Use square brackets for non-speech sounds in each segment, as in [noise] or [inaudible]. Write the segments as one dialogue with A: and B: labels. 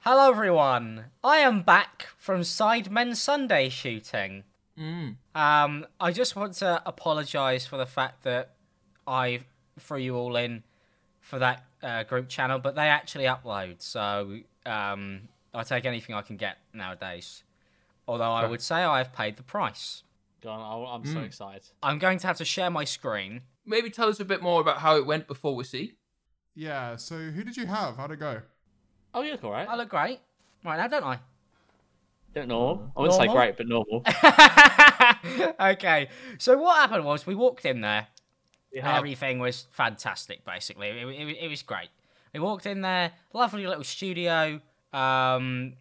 A: Hello, everyone. I am back from Sidemen Sunday shooting.
B: Mm.
A: Um, I just want to apologise for the fact that I threw you all in for that uh, group channel, but they actually upload, so um, I take anything I can get nowadays. Although I
B: Right.
A: would say I have paid the price.
C: Go on, I'll- I'm
D: Hmm.
C: so excited.
A: I'm going to have to share my screen.
B: Maybe tell us a bit more about how it went before we see.
D: Yeah, so who did you have? How'd it go?
C: Oh, you look all right.
A: I look great right now, don't I? [laughs]
C: look normal. I wouldn't say
A: normal?
C: great, but [laughs] normal.
A: okay. So what happened was we walked in there.
C: We
A: and
C: have-
A: everything was fantastic. Basically, it, it, it was great. We walked in there, lovely little studio. Um,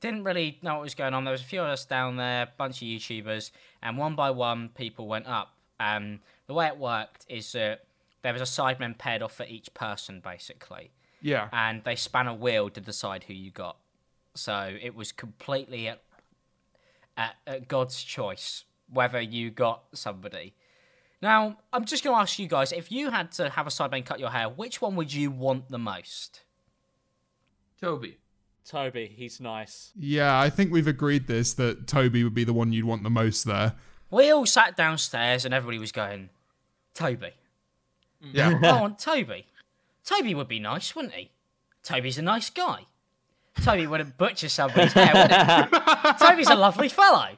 A: didn't really know what was going on. There was a few of us down there, bunch of YouTubers, and one by one, people went up. Um, the way it worked is that there was a sideman paired off for each person, basically
B: Yeah.
A: and they span a wheel to decide who you got. So it was completely at, at, at God's choice whether you got somebody. Now, I'm just going to ask you guys if you had to have a sideman cut your hair, which one would you want the most?
B: Toby.
C: Toby, he's nice.
D: Yeah, I think we've agreed this that Toby would be the one you'd want the most there.
A: We all sat downstairs and everybody was going, Toby.
B: [laughs]
D: Yeah.
A: I want Toby. Toby would be nice, wouldn't he? Toby's a nice guy. Toby wouldn't butcher somebody's hair, would
B: [laughs]
A: he? Toby's a lovely fellow.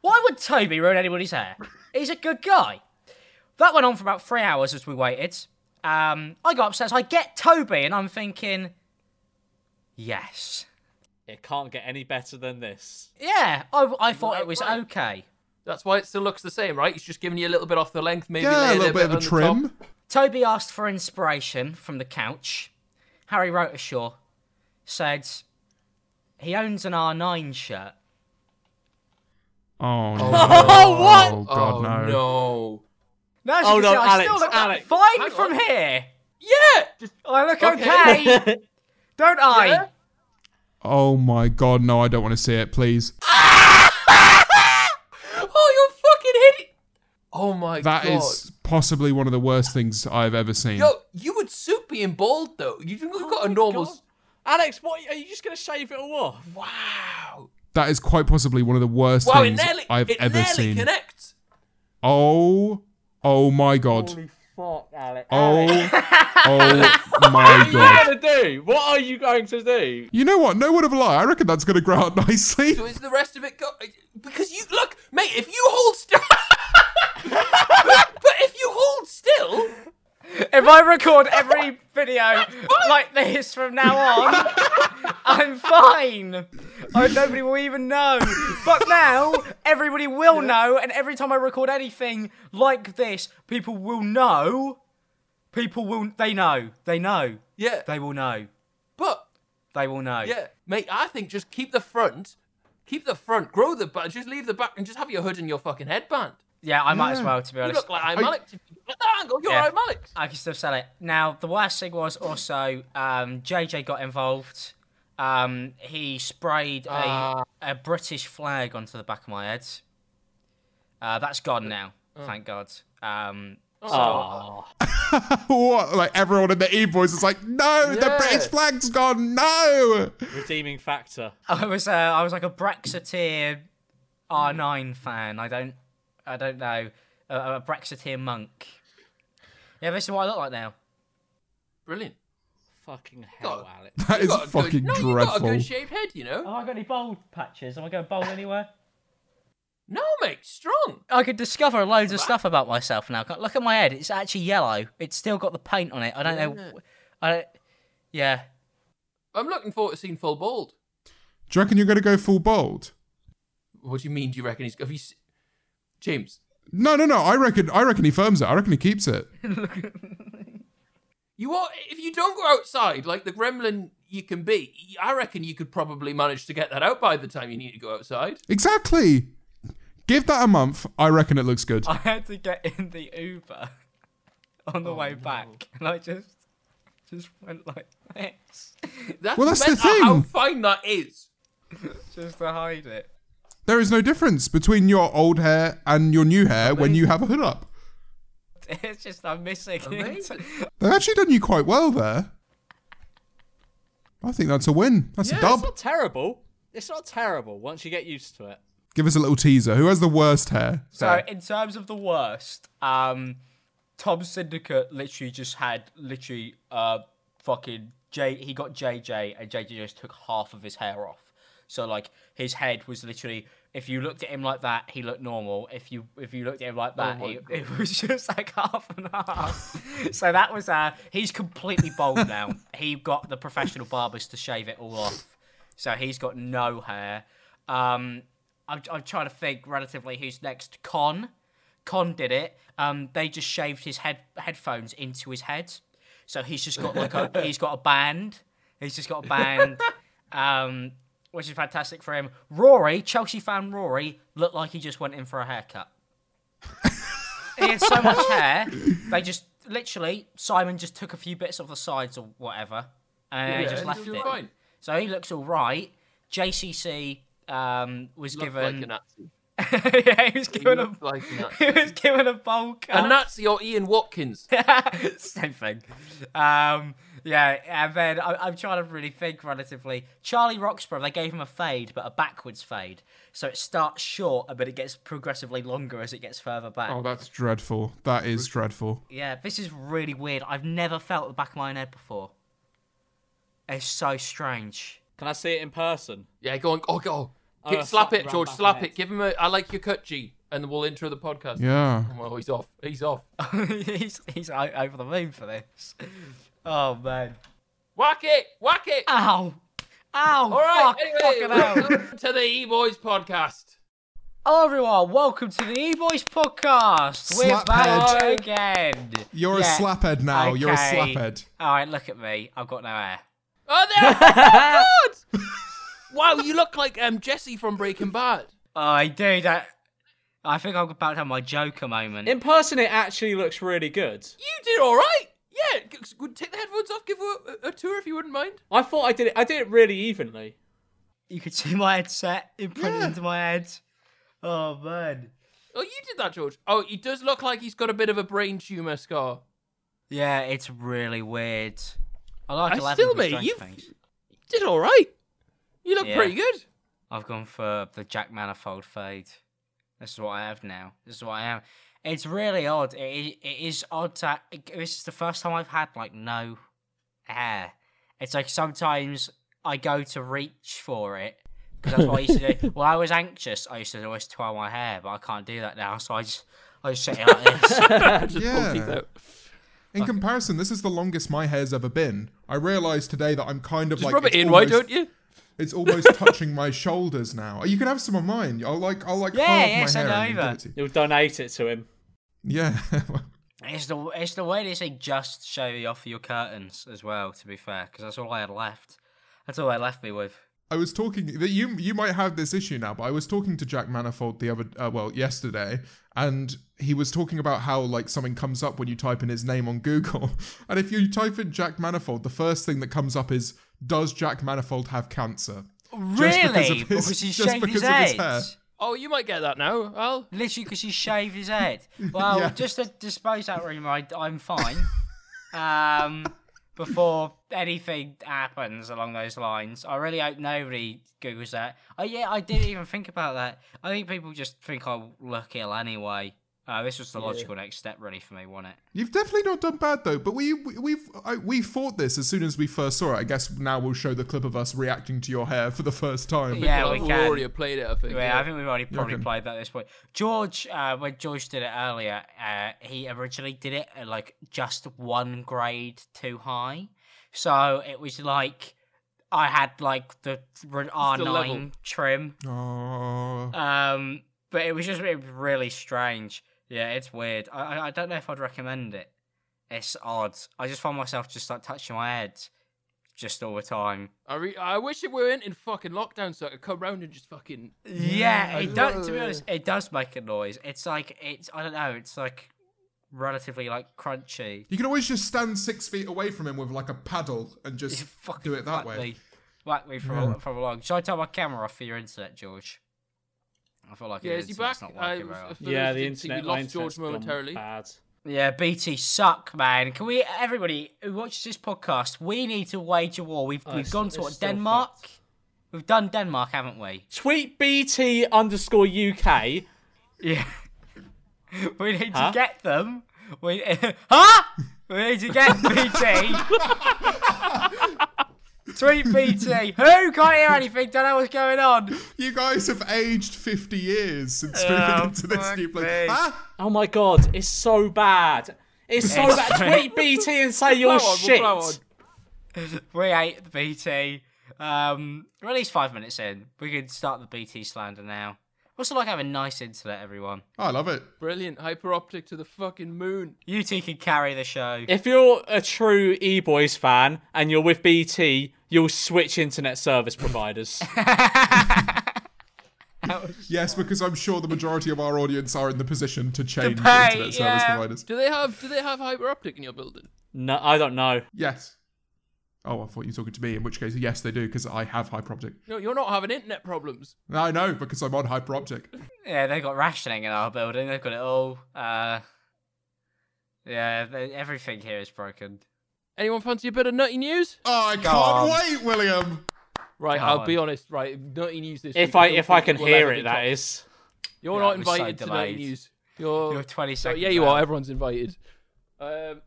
A: Why would Toby ruin anybody's hair? He's a good guy. That went on for about three hours as we waited. Um, I got upstairs. I get Toby, and I'm thinking, yes,
C: It can't get any better than this.
A: yeah. I, I thought
B: Right,
A: it was
B: right.
A: okay.
B: That's why it still looks the same, right? He's just giving you a little bit off the length, maybe
D: yeah, a
B: laid
D: little bit of a
B: on the top. [laughs]
D: trim.
A: Toby asked for inspiration from the couch. Harry Rotashaw said he owns an R9 shirt.
B: [laughs]
D: Oh, no.
A: Oh, what?
D: Oh, God,
B: oh,
D: no.
B: no.
A: No,
C: Oh,
A: oh,
C: no,
A: no, I
C: Alex,
A: still look
C: Alex.
A: fine
B: Hang
A: from
B: on.
A: here.
B: Yeah. Just
A: I look okay,
B: Okay. [laughs]
A: don't I?
B: Yeah.
D: Oh, my God, no, I don't want to see it, please.
B: oh, you're fucking hitting. Oh my
D: That
B: god.
D: is possibly one of the worst things I've ever seen.
B: Yo, you would suit being bald though. You- You've got a
C: my
B: normal.
C: God. Alex, what are you just gonna shave it all off?
B: Wow.
D: That is quite possibly one of the worst
B: Wow, it
D: things
B: nearly,
D: I've
B: it
D: ever
B: nearly
D: seen.
B: connects.
D: Oh, oh my God.
C: Holy fuck, Alex!
D: Oh,
B: [laughs]
D: oh my
C: What
D: God.
C: are you gonna do? What are you going to do?
D: You know what? No word of a lie. I reckon that's going to grow out [laughs] nicely.
B: So is the rest of it go? Because you look, mate. If you hold still, [laughs] but if you hold still,
A: If I record every video like this from now on, I'm fine. Oh, nobody will even know. But now, everybody will know, and every time I record anything like this, people will know. People will. They know. They know.
B: yeah.
A: They will know.
B: But
A: They will know.
B: yeah, mate. I think just keep the front, keep the front, grow the back, just leave the back, and just have your hood and your fucking headband.
A: Yeah, I might as
D: Yeah.
A: well, to be
B: You
A: honest.
B: look like I'm Malik. If you look at that angle, you're
A: Yeah.
B: yeah. Malik.
A: I can still sell it. Now, the worst thing was also um, JJ got involved. Um, he sprayed a,
B: Ah.
A: a British flag onto the back of my head. Uh, that's gone now, thank God. Um, [laughs]
C: Oh,
D: What? Like everyone in the E boys is like, no, the
B: Yeah.
D: British flag's gone. No.
C: redeeming factor.
A: I was uh, I was like a Brexiteer R9 fan. I don't I don't know a, a Brexiteer monk. Yeah, this is what I look like now.
B: Brilliant.
C: Fucking hell,
B: God.
C: Alex.
D: That is
B: You got a
D: fucking
B: good, no, you got a
D: dreadful.
B: good shaved head, you know.
A: I got any bald patches? Am I going bald anywhere?
B: No, mate, strong.
A: I could discover loads of stuff about myself now. Look at my head; it's actually yellow. It's still got the paint on it. I don't know. I don't. Yeah.
B: I'm looking forward to seeing full bald.
D: Do you reckon you're going to go full bald?
B: What do you mean? Do you reckon he's? Have you, se- James?
D: No, no, no. I reckon. I reckon he firms it. I reckon he keeps it.
B: You are. If you don't go outside like the gremlin you can be, I reckon you could probably manage to get that out by the time you need to go outside.
D: Exactly. Give that a month. I reckon it looks good.
A: [laughs] I had to get in the Uber on the way back, and I just just went like this,
B: That's
D: Well, that's the
B: mental How
D: thing.
B: fine that is.
A: just to hide it. [laughs]
D: There is no difference between your old hair and your new hair when you have a hood up.
A: It's just I'm missing. it.
B: Amazing.
D: They've actually done you quite well there. I think that's a win. That's a
C: Yeah,
D: dub.
C: it's not terrible. It's not terrible once you get used to it.
D: Give us a little teaser. Who has the worst hair?
A: So in terms of the worst, um, Tom Syndicate literally just had literally uh fucking J. He got JJ and JJ just took half of his hair off. So like his head was literally. If you looked at him like that, he looked normal. If you if you looked at him like that,
B: my
A: it, it was [laughs] just like half and half. so that was uh he's completely bald now. He got the professional barbers to shave it all off. So he's got no hair. Um, I'm, I'm trying to think relatively who's next. Con, Con did it. Um, they just shaved his head headphones into his head, so he's just got like a he's got a band. He's just got a band, um, which is fantastic for him. Rory, Chelsea fan Rory, looked like he just went in for a haircut. he had so much hair, they just literally Simon just took a few bits off the sides or whatever, and they
B: Yeah,
A: just
B: and
A: left
B: doing
A: it.
B: fine.
A: So he looks all right. JCC um, was
B: Looked
A: given. [laughs]
B: like a Nazi.
A: yeah, he was
B: He
A: given a [laughs]
B: looked like a Nazi.
A: he was given a bowl cut.
B: A Nazi or
A: [laughs]
B: Ian Watkins.
A: Same thing. Um, yeah, and then I, I'm trying to really think relatively. Charlie Roxborough, they gave him a fade, but a backwards fade. So it starts short, but it gets progressively longer as it gets further back.
D: Oh, that's dreadful. That is dreadful.
A: Yeah, this is really weird. I've never felt the back of my own head before. It's so strange.
C: Can I see it in [laughs] person?
B: Yeah, go on. Oh, go.
C: Oh,
B: Get-
C: I
B: slap
C: slapped
B: it,
C: round
B: George.
C: back and
B: Slap
C: head.
B: it. Give him a. I like your cut, G. And we'll intro the podcast.
D: Yeah.
B: Well, he's off. He's off.
A: [laughs] he's he's o- over the moon for this. Oh man.
B: Whack it. Whack it.
A: Ow. Ow.
B: All right.
A: Ah, fuck,
B: anyway,
A: fucking hell.
B: welcome to the E
A: [laughs]
B: Boys podcast.
A: Hello everyone, welcome to the E Boys podcast. We're back
D: Slaphead.
A: again.
D: You're
A: Yeah.
D: a slaphead now. You're a
A: Okay.
D: slaphead.
A: All right, look at me. I've got no hair.
B: Oh, there. oh, God. wow, you look like um Jesse from Breaking Bad.
A: I do that. I think I'm about to have my Joker moment.
C: In person, it actually looks really good.
B: You did all right. Yeah. g- g- Good. Take the headphones off. Give her a, a tour if you wouldn't mind.
C: I thought I did it. I did it really evenly.
A: You can see my headset imprinted into my head. Oh man.
B: Oh, you did that, George. Oh, he does look like he's got a bit of a brain tumor scar.
A: Yeah, it's really weird. I like
B: I
A: I
B: still,
A: still
B: mate,
A: strange
B: you've-
A: things.
B: Did all right. You look
A: Yeah.
B: pretty good.
A: I've gone for the Jack Manifold fade. This is what I have now. This is what I am. It's really odd. It is, it is odd to. This is the first time I've had like no hair. It's like sometimes I go to reach for it because that's what I used to do. when I was anxious, I used to always twirl my hair, but I can't do that now. So I just I just sit here like this.
B: Just
D: Yeah.
B: pull teeth out.
D: In comparison, this is the longest my hair's ever been. I realised today that I'm kind of
B: Just
D: like
B: rub it
D: it's
B: in, why
D: almost,
B: don't you? [laughs]
D: It's almost touching my shoulders now. You can have some of mine. I'll like I'll like
A: Yeah,
D: halve
A: yeah,
D: my
A: send
D: hair.
A: it
D: and give
A: over.
D: it to you.
C: You'll donate it to him.
D: Yeah. [laughs]
A: It's the it's the way they say just shave off your curtains as well. To be fair, because that's all I had left. That's all they left me with.
D: I was talking that you you might have this issue now, but I was talking to Jack Manifold the other uh, well yesterday, and he was talking about how like something comes up when you type in his name on Google, [laughs] and if you type in Jack Manifold, the first thing that comes up is does Jack Manifold have cancer?
A: Really?
D: because of his-
A: he
D: just
A: shaved his
D: because of
A: head.
D: his hair.
B: Oh, you might get that now. Well,
A: Literally because he shaved his head. Well,
D: [laughs] Yeah.
A: just to dispose that rumor, I, I'm fine. um, before anything happens along those lines, I really hope nobody googles that. Oh yeah, I didn't even think about that. I think people just think I look ill anyway. Uh, this was the logical next step, really, for me, wasn't it?
D: You've definitely not done bad though, but we, we we've I, we fought this as soon as we first saw it. I guess now we'll show the clip of us reacting to your hair for the first time.
A: Yeah,
B: well,
A: we
B: we've
A: can.
B: already played it, I think.
A: Yeah, I think we've already probably
D: reckon?
A: played that at this point. George, uh, when George did it earlier, uh, he originally did it at, like just one grade too high, so it was like I had like the R
B: level.
A: nine trim,
D: Oh,
A: um, but it was just it was really strange. Yeah, it's weird. I I- I don't know if I'd recommend it. It's odd. I just find myself just like touching my head, just all the time.
B: I, re- I wish it weren't in fucking lockdown so I could come round and just fucking.
A: Yeah,
B: I
A: it does. To be
B: love
A: honest, it does make a noise. It's like it's I don't know. It's like relatively like crunchy. [laughs]
D: you can always just stand six feet away from him with like a paddle and just
A: Fucking
D: do it that
A: whack
D: way.
A: Me. Whack me from a, from along. Should I turn my camera off for your internet, George? I feel like
B: Yeah,
A: your
B: is he back?
A: internet's not
B: I
A: working
B: was-
A: very well.
B: I thought it was-
C: yeah, the
B: didn't see-
C: internet.
B: We
C: my
B: lost George
C: internet's gone
B: momentarily.
C: Bad.
A: Yeah, BT suck, man. Can we, everybody who watches this podcast, we need to wage a war. We've,
B: Oh,
A: we've
C: it's-
A: gone to
C: it's
A: what,
C: still
A: Denmark? We've done Denmark, haven't we?
C: Tweet BT underscore UK.
A: Yeah. [laughs] we need to
C: Huh?
A: get them. We, [laughs] huh? We need to get [laughs] BT. Tweet BT. Who can't hear anything? Don't know what's going on.
D: You guys have aged 50 years since
A: Oh,
D: moving into this
A: fuck
D: new
A: me.
D: place. Ah,
C: Oh my god, it's so bad. It's so
A: Yes.
C: bad.
B: [laughs]
C: Tweet BT and say your
B: Blow on,
C: shit.
B: blow on.
A: We ate the BT. Um, we're at least five minutes in. We could start the BT slander now. Also, like having nice internet, everyone.
D: I love it.
B: Brilliant. Hyperoptic to the fucking moon.
A: UT can carry the show.
B: [laughs]
C: If you're a true E Boys fan and you're with BT, you'll switch internet service
B: [laughs]
C: providers.
D: Yes, because I'm sure the majority of our audience are in the position to change
A: pay,
D: internet service
A: yeah.
D: providers.
B: Do they have do they have hyperoptic in your building?
C: no, I don't know.
D: Yes. Oh, I thought you were talking to me, in which case, yes, they do, because I have hyperoptic.
B: No, you're not having internet problems.
D: I know, because I'm on hyperoptic.
A: Yeah, they've got rationing in our building. They've got it all. Uh, yeah, they, everything here is broken.
B: Anyone fancy a bit of nutty news?
D: Oh, I can't
A: on.
D: wait, William.
B: Right,
A: Go
B: I'll
A: on.
B: be honest. Right, nutty news this week.
C: If I
B: don't
C: if I
B: think
C: can
B: we'll
C: hear
B: ever
C: it,
B: be
C: that
B: top-
C: is.
B: You're
A: Yeah,
B: not
A: it was so
B: invited to nutty
A: delayed.
B: news. You're,
A: You're 20
B: so-
A: seconds.
B: yeah, you
A: out.
B: are. Everyone's invited. Um,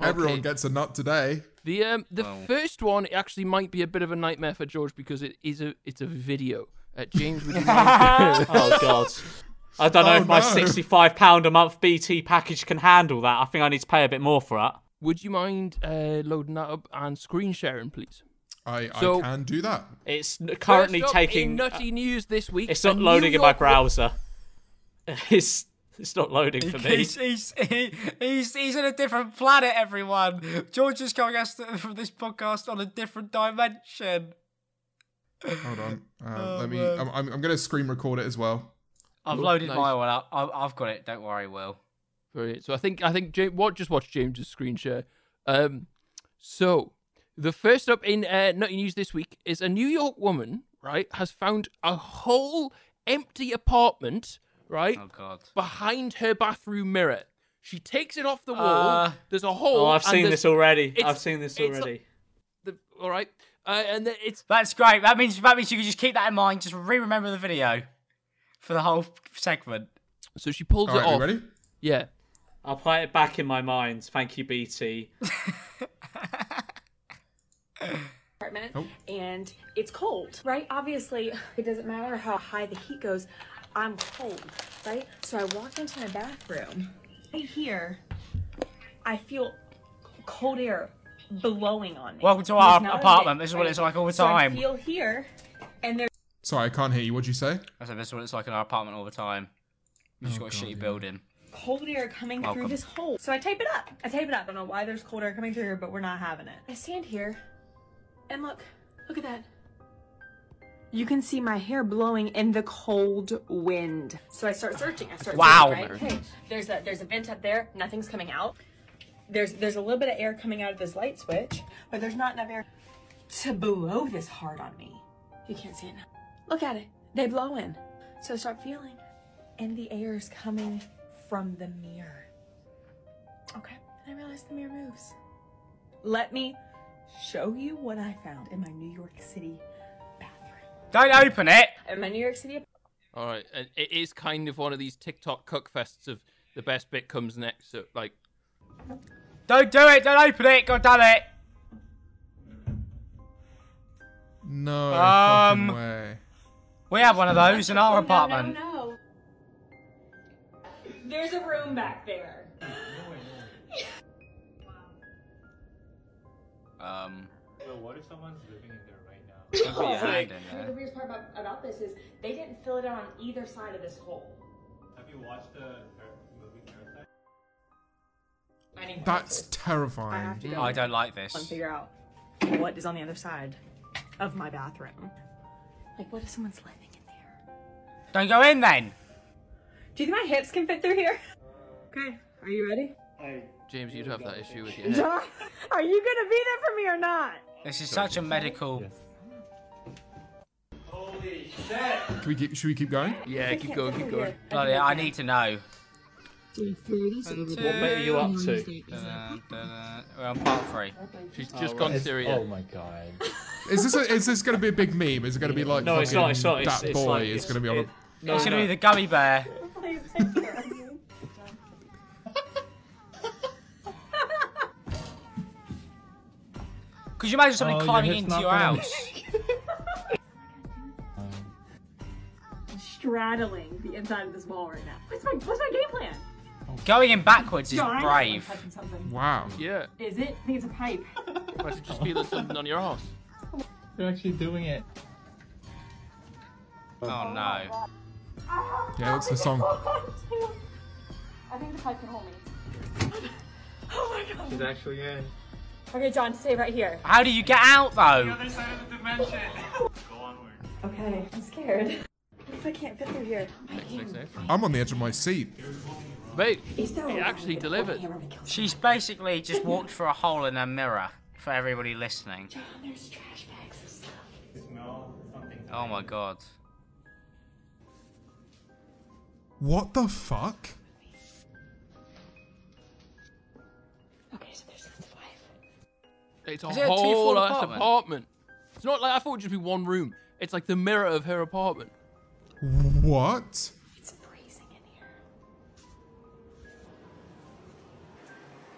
D: Everyone
B: okay.
D: gets a nut today.
B: The um the
A: Well.
B: first one actually might be a bit of a nightmare for George because it is a it's a video. Uh, James, would you
C: [laughs]
B: mind?
C: Oh god. I
B: [laughs]
C: don't know
D: Oh,
C: if my
D: no.
C: sixty-five pound a month BT package can handle that. I think I need to pay a bit more for that.
B: would you mind uh, loading that up and screen sharing, please?
D: I,
B: So-
D: I can do that.
C: It's n- currently
B: First up in
C: taking. uh,
B: nutty news this week.
C: It's
B: a
C: not loading
B: New
C: in my
B: York-
C: browser. [laughs] It's it's not
A: [laughs]
C: loading for me.
A: He's, he's, he, he's, he's in a different planet, everyone. George is coming us th- from this podcast on a different dimension.
D: Hold on. Um,
A: Oh,
D: let me.
A: man.
D: I'm, I'm, I'm going to screen record it as well.
A: I've
B: Cool,
A: loaded
B: nice.
A: my one up. I, I've got it. Don't worry, Will.
B: Brilliant. So I think I think James, what just watch James's screen share. Um, so the first up in uh, nutty news this week is a New York woman right has found a whole empty apartment right
A: Oh, God.
B: behind her bathroom mirror. She takes it off the wall.
A: Uh,
B: there's a hole.
C: Oh, I've
B: and
C: seen
B: there's-
C: this already.
B: it's-
C: I've seen this
B: it's-
C: already.
B: The, all right, uh, and then it's
A: That's great. That means, that means you can just keep that in mind. Just re remember the video for the whole segment. [laughs]
B: so she pulls
D: All
B: it
D: right,
B: off.
D: you ready?
B: Yeah.
C: I'll play it back in my mind. Thank you, BT.
E: apartment
D: Oh.
E: and it's cold, right? Obviously, it doesn't matter how high the heat goes, I'm cold, right? So I walk into my bathroom. Right here, I feel cold air blowing on me.
A: Welcome to our
E: There's not a
A: apartment.
E: vent,
A: This is what
E: right?
A: it's like all the
E: So I
A: time.
E: feel here, and there's
D: Sorry, I can't hear you. What'd you say?
A: I said, this is what it's like in our apartment all the time. You just got a shitty building.
E: cold air coming
A: Welcome.
E: through this hole. So I type it up. I type it up. I don't know why there's cold air coming through here, but we're not having it. I stand here, and look, look at that. You can see my hair blowing in the cold wind. So I start searching. I start
A: Wow.
E: searching, right? Okay, there's a there's a vent up there. Nothing's coming out. There's there's a little bit of air coming out of this light switch, but there's not enough air to blow this hard on me. You can't see it now. Look at it. They blow in. So I start feeling, and the air is coming from the mirror. Okay. And I realize the mirror moves. Let me show you what I found in my New York City bathroom.
A: Don't open it.
E: In my New York City
B: All right, and it is kind of one of these TikTok cuckfests of the best bit comes next. So like,
A: Don't do it. Don't open it. God damn it.
D: No
A: Um,
D: fucking way.
A: We have one of those in our apartment.
E: No, no, no. There's a room back there.
A: Um,
F: Well, what if someone's living in there right now?
A: don't put your
C: Oh
A: hand in
E: The
A: there.
E: weirdest part about, about this is they didn't fill it out on either side of this hole.
F: Have you watched the Par- movie Parasite?
E: I need
D: That's
E: I have
D: terrifying.
E: to go
A: Oh, I don't like
E: and
A: this.
E: figure out what is on the other side of my bathroom. Like, what if someone's living in there?
A: Don't go in then.
E: Do you think my hips can fit through here? Okay, are you ready?
B: James, you'd have that issue with your head.
E: John, are you gonna be there for me or not?
A: This is such a medical.
F: Holy shit!
D: Can we keep, should we keep going?
B: Yeah, keep going, keep going.
A: Bloody, I need to know.
G: What
C: What bit are you up to?
G: Well, part three.
B: She's just gone serious.
F: Oh my god.
D: Is this a, is this going to be a big meme? Is it going to be like
C: No, it's not. It's not.
D: fucking
C: It's,
D: that
C: it's
D: boy
C: like,
D: is going to be on a
C: it- no,
A: It's gonna
C: no.
A: be the gummy bear.
E: Please take care [laughs] of me.
A: Could you imagine somebody
F: Oh, your
A: climbing
F: head's
A: into
F: not
A: your
F: gonna-
A: house?
E: Straddling the inside of this wall right now. What's my what's my game plan?
A: Going in backwards is
E: Darn, I'm
A: brave.
E: touching something.
D: wow.
B: Yeah.
E: Is it? I think it's a pipe.
B: Imagine just feeling something on your arse.
F: They're actually doing it.
G: Oh no.
D: Yeah, that's the song.
E: I think the pipe can hold me. [laughs] Oh my god.
F: She's actually in.
E: Okay, John, stay right here.
A: How do you get out though?
H: Other side of the dimension. Go onward.
E: Okay, I'm scared. What if I can't fit through here?
D: I'm on the edge of my seat.
B: Mate,
E: He's so
B: it actually delivered.
A: She's basically just walked through a hole in her mirror for everybody listening.
E: Oh, There's trash bags and stuff.
H: Smell something.
G: Oh my god.
D: What the fuck?
E: Okay, so there's this wife.
B: It's a
A: Is it a
B: whole
A: two-floor
B: ass apartment?
A: apartment?
B: It's not like I thought it'd just be one room. It's like the mirror of her apartment.
D: What?
E: It's freezing in here.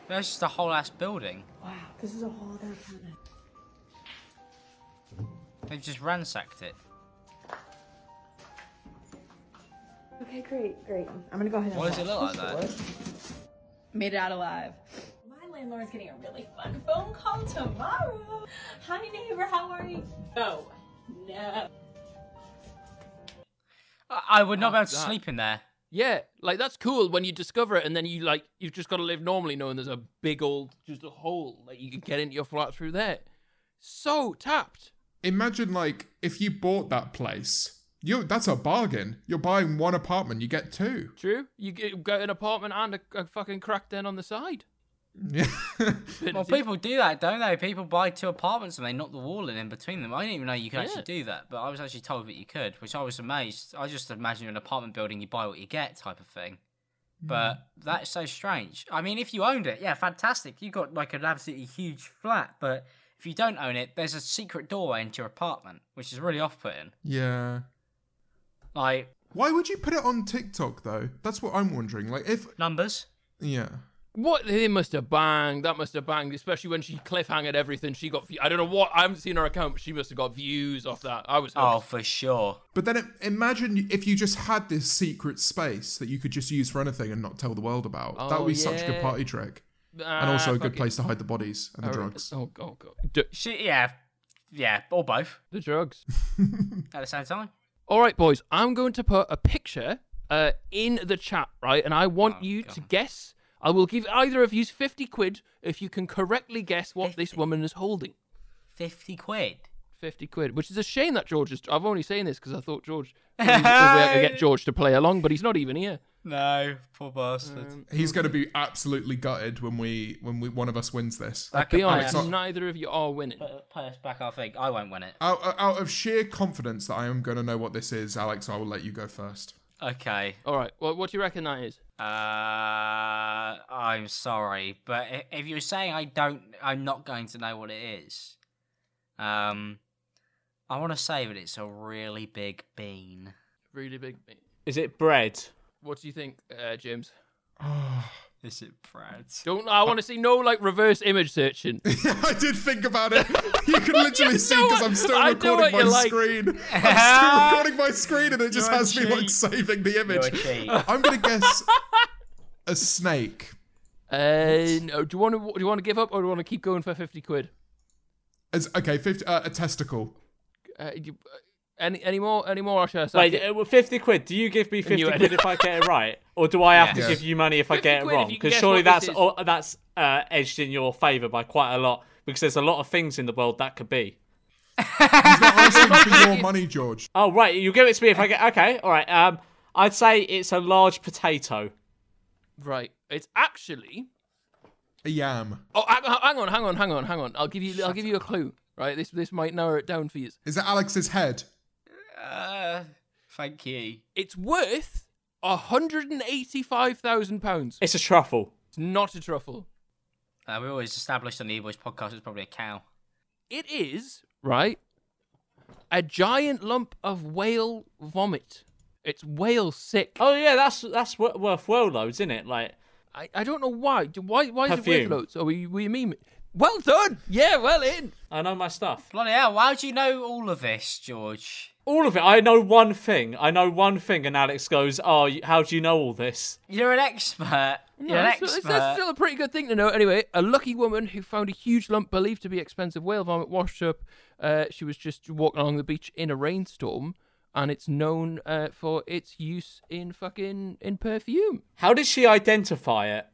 A: That's just a whole ass building.
E: Wow, this is a whole other planet.
A: They've just ransacked it.
E: Okay, great, great. I'm gonna go ahead and
G: What does it look like though?
I: Made it out alive.
E: My landlord's getting a really fun phone call tomorrow. Hi, neighbor, how are you? No, no.
A: I, I would not be able to
B: that.
A: sleep in there.
B: Yeah, like that's cool when you discover it, and then you like you've just got to live normally, knowing there's a big old just a hole that you can get into your flat through there. So tapped.
D: Imagine like if you bought that place. You that's a bargain. You're buying one apartment, you get two.
B: True. You get, you get an apartment and a, a fucking crack den on the side.
D: Yeah.
A: Well, people do that, don't they? People buy two apartments and they knock the wall in in between them. I didn't even know you could actually do that, but I was actually told that you could, which I was amazed. I just imagine you're in an apartment building, you buy what you get type of thing. But that's so strange. I mean, if you owned it, yeah, fantastic. You got like an absolutely huge flat, but if you don't own it, there's a secret doorway into your apartment, which is really off putting.
D: [laughs] yeah.
A: Like,
D: Why would you put it on TikTok though? That's what I'm wondering. Like if
A: numbers?
D: yeah.
B: What they must have banged. That must have banged, especially when she cliffhangered everything. She got. view- I don't know what. I haven't seen her account, but she must have got views off that. I was.
A: Oh, for sure.
D: But then i- imagine if you just had this secret space that you could just use for anything and not tell the world about. that
B: Oh,
D: would be such a good
B: yeah.
D: party trick.
B: Ah,
D: And also a
B: fuck
D: good
B: it.
D: place to hide the bodies and the drugs.
B: Oh god, god. D-
A: She, yeah, yeah, or both
B: the drugs.
A: at the same time.
B: All right, boys. I'm going to put a picture uh, in the chat, right? And I want
G: Oh,
B: you to
G: God.
B: guess. I will give either of you 50 quid if you can correctly guess what this woman is holding.
A: 50 quid.
B: 50 quid, which is a shame that George is. I've only saying this because I thought
G: [laughs]
B: George. we could get George to play along, but he's not even here.
A: No, poor bastard.
B: oh.
D: He's gonna be absolutely gutted when we when we one of us wins this.
A: That
B: Be
A: could
B: honest,
A: pay us-
B: neither of you are winning.
A: pay us back our thing. I won't win it.
D: Out, out- out of sheer confidence that I am gonna know what this is, Alex, I will let you go first.
A: Okay.
B: All right, well, what do you reckon that is?
A: Uh, I'm sorry, but i- if you're saying I don't, I'm not going to know what it is. Um, I want to say that it's a really big bean.
B: Really big.
C: Is it bread?
B: What do you think, uh, James?
A: Is it [laughs] bread?
B: Don't I want to see no like reverse
G: [laughs]
B: image searching?
D: [laughs] I did think about it. You can literally see
B: know
D: because
B: what-
D: I'm still
B: I know what
D: recording my
B: you like.
D: screen. [laughs] I'm still recording my screen, and it just
A: You're a
D: has me like
A: cheat.
D: saving
A: [laughs]
D: the
A: You're a
D: image.
A: cheat.
D: I'm gonna guess a snake.
B: Uh, no. Do you want to do you want to give up or do you want to keep going for fifty quid?
D: As, okay, 50, uh, a testicle.
B: Uh, you, uh, any any more any more? Or should I start?
C: Wait, uh, well, fifty quid. Do you give me fifty
B: you- [laughs]
C: quid if I get it right, or do I have to
D: Yes.
C: give you money if I
B: 50
C: get it
B: quid if
C: wrong?
B: you can
C: Because
B: guess
C: surely
B: what this
C: that's
B: is.
C: oh, that's uh, edged in your favour by quite a lot. Because there's a lot of things in the world that could be.
D: He's not asking for your money, George.
C: Oh right, you give it to me if I get okay. All right. Um, I'd say it's a large potato.
B: right. It's actually.
D: A yam.
B: Oh, hang on, hang on, hang on, hang on, hang on. I'll give you I'll give you a clue. Right. This this might narrow it down for you.
D: Is it Alex's head?
A: Uh, thank you.
B: It's worth £185,000. It's
C: It's a truffle.
B: not a truffle.
A: Uh, we always established on the E-Boys podcast it's probably a cow.
B: It is, right, a giant lump of whale vomit. It's whale sick.
C: Oh yeah, that's that's wo- worth well loads, isn't it? Like
B: I, I don't know why. Do- Why why is it
C: Perfume.
B: whale loads? Are we, we meme? Well done. Yeah, well in.
C: I know my stuff.
A: Bloody hell, why do you know all of this, George?
C: All of it. I know one thing. I know one thing. And Alex goes, "Oh, y- how do you know all this?"
A: You're an expert. You're an
B: No, that's,
A: expert.
B: that's- that's still a pretty good thing to know. Anyway, a lucky woman who found a huge lump believed to be expensive whale vomit washed up. Uh, she was just walking along the beach in a rainstorm, and it's known uh, for its use in fucking in perfume.
C: How did she identify it?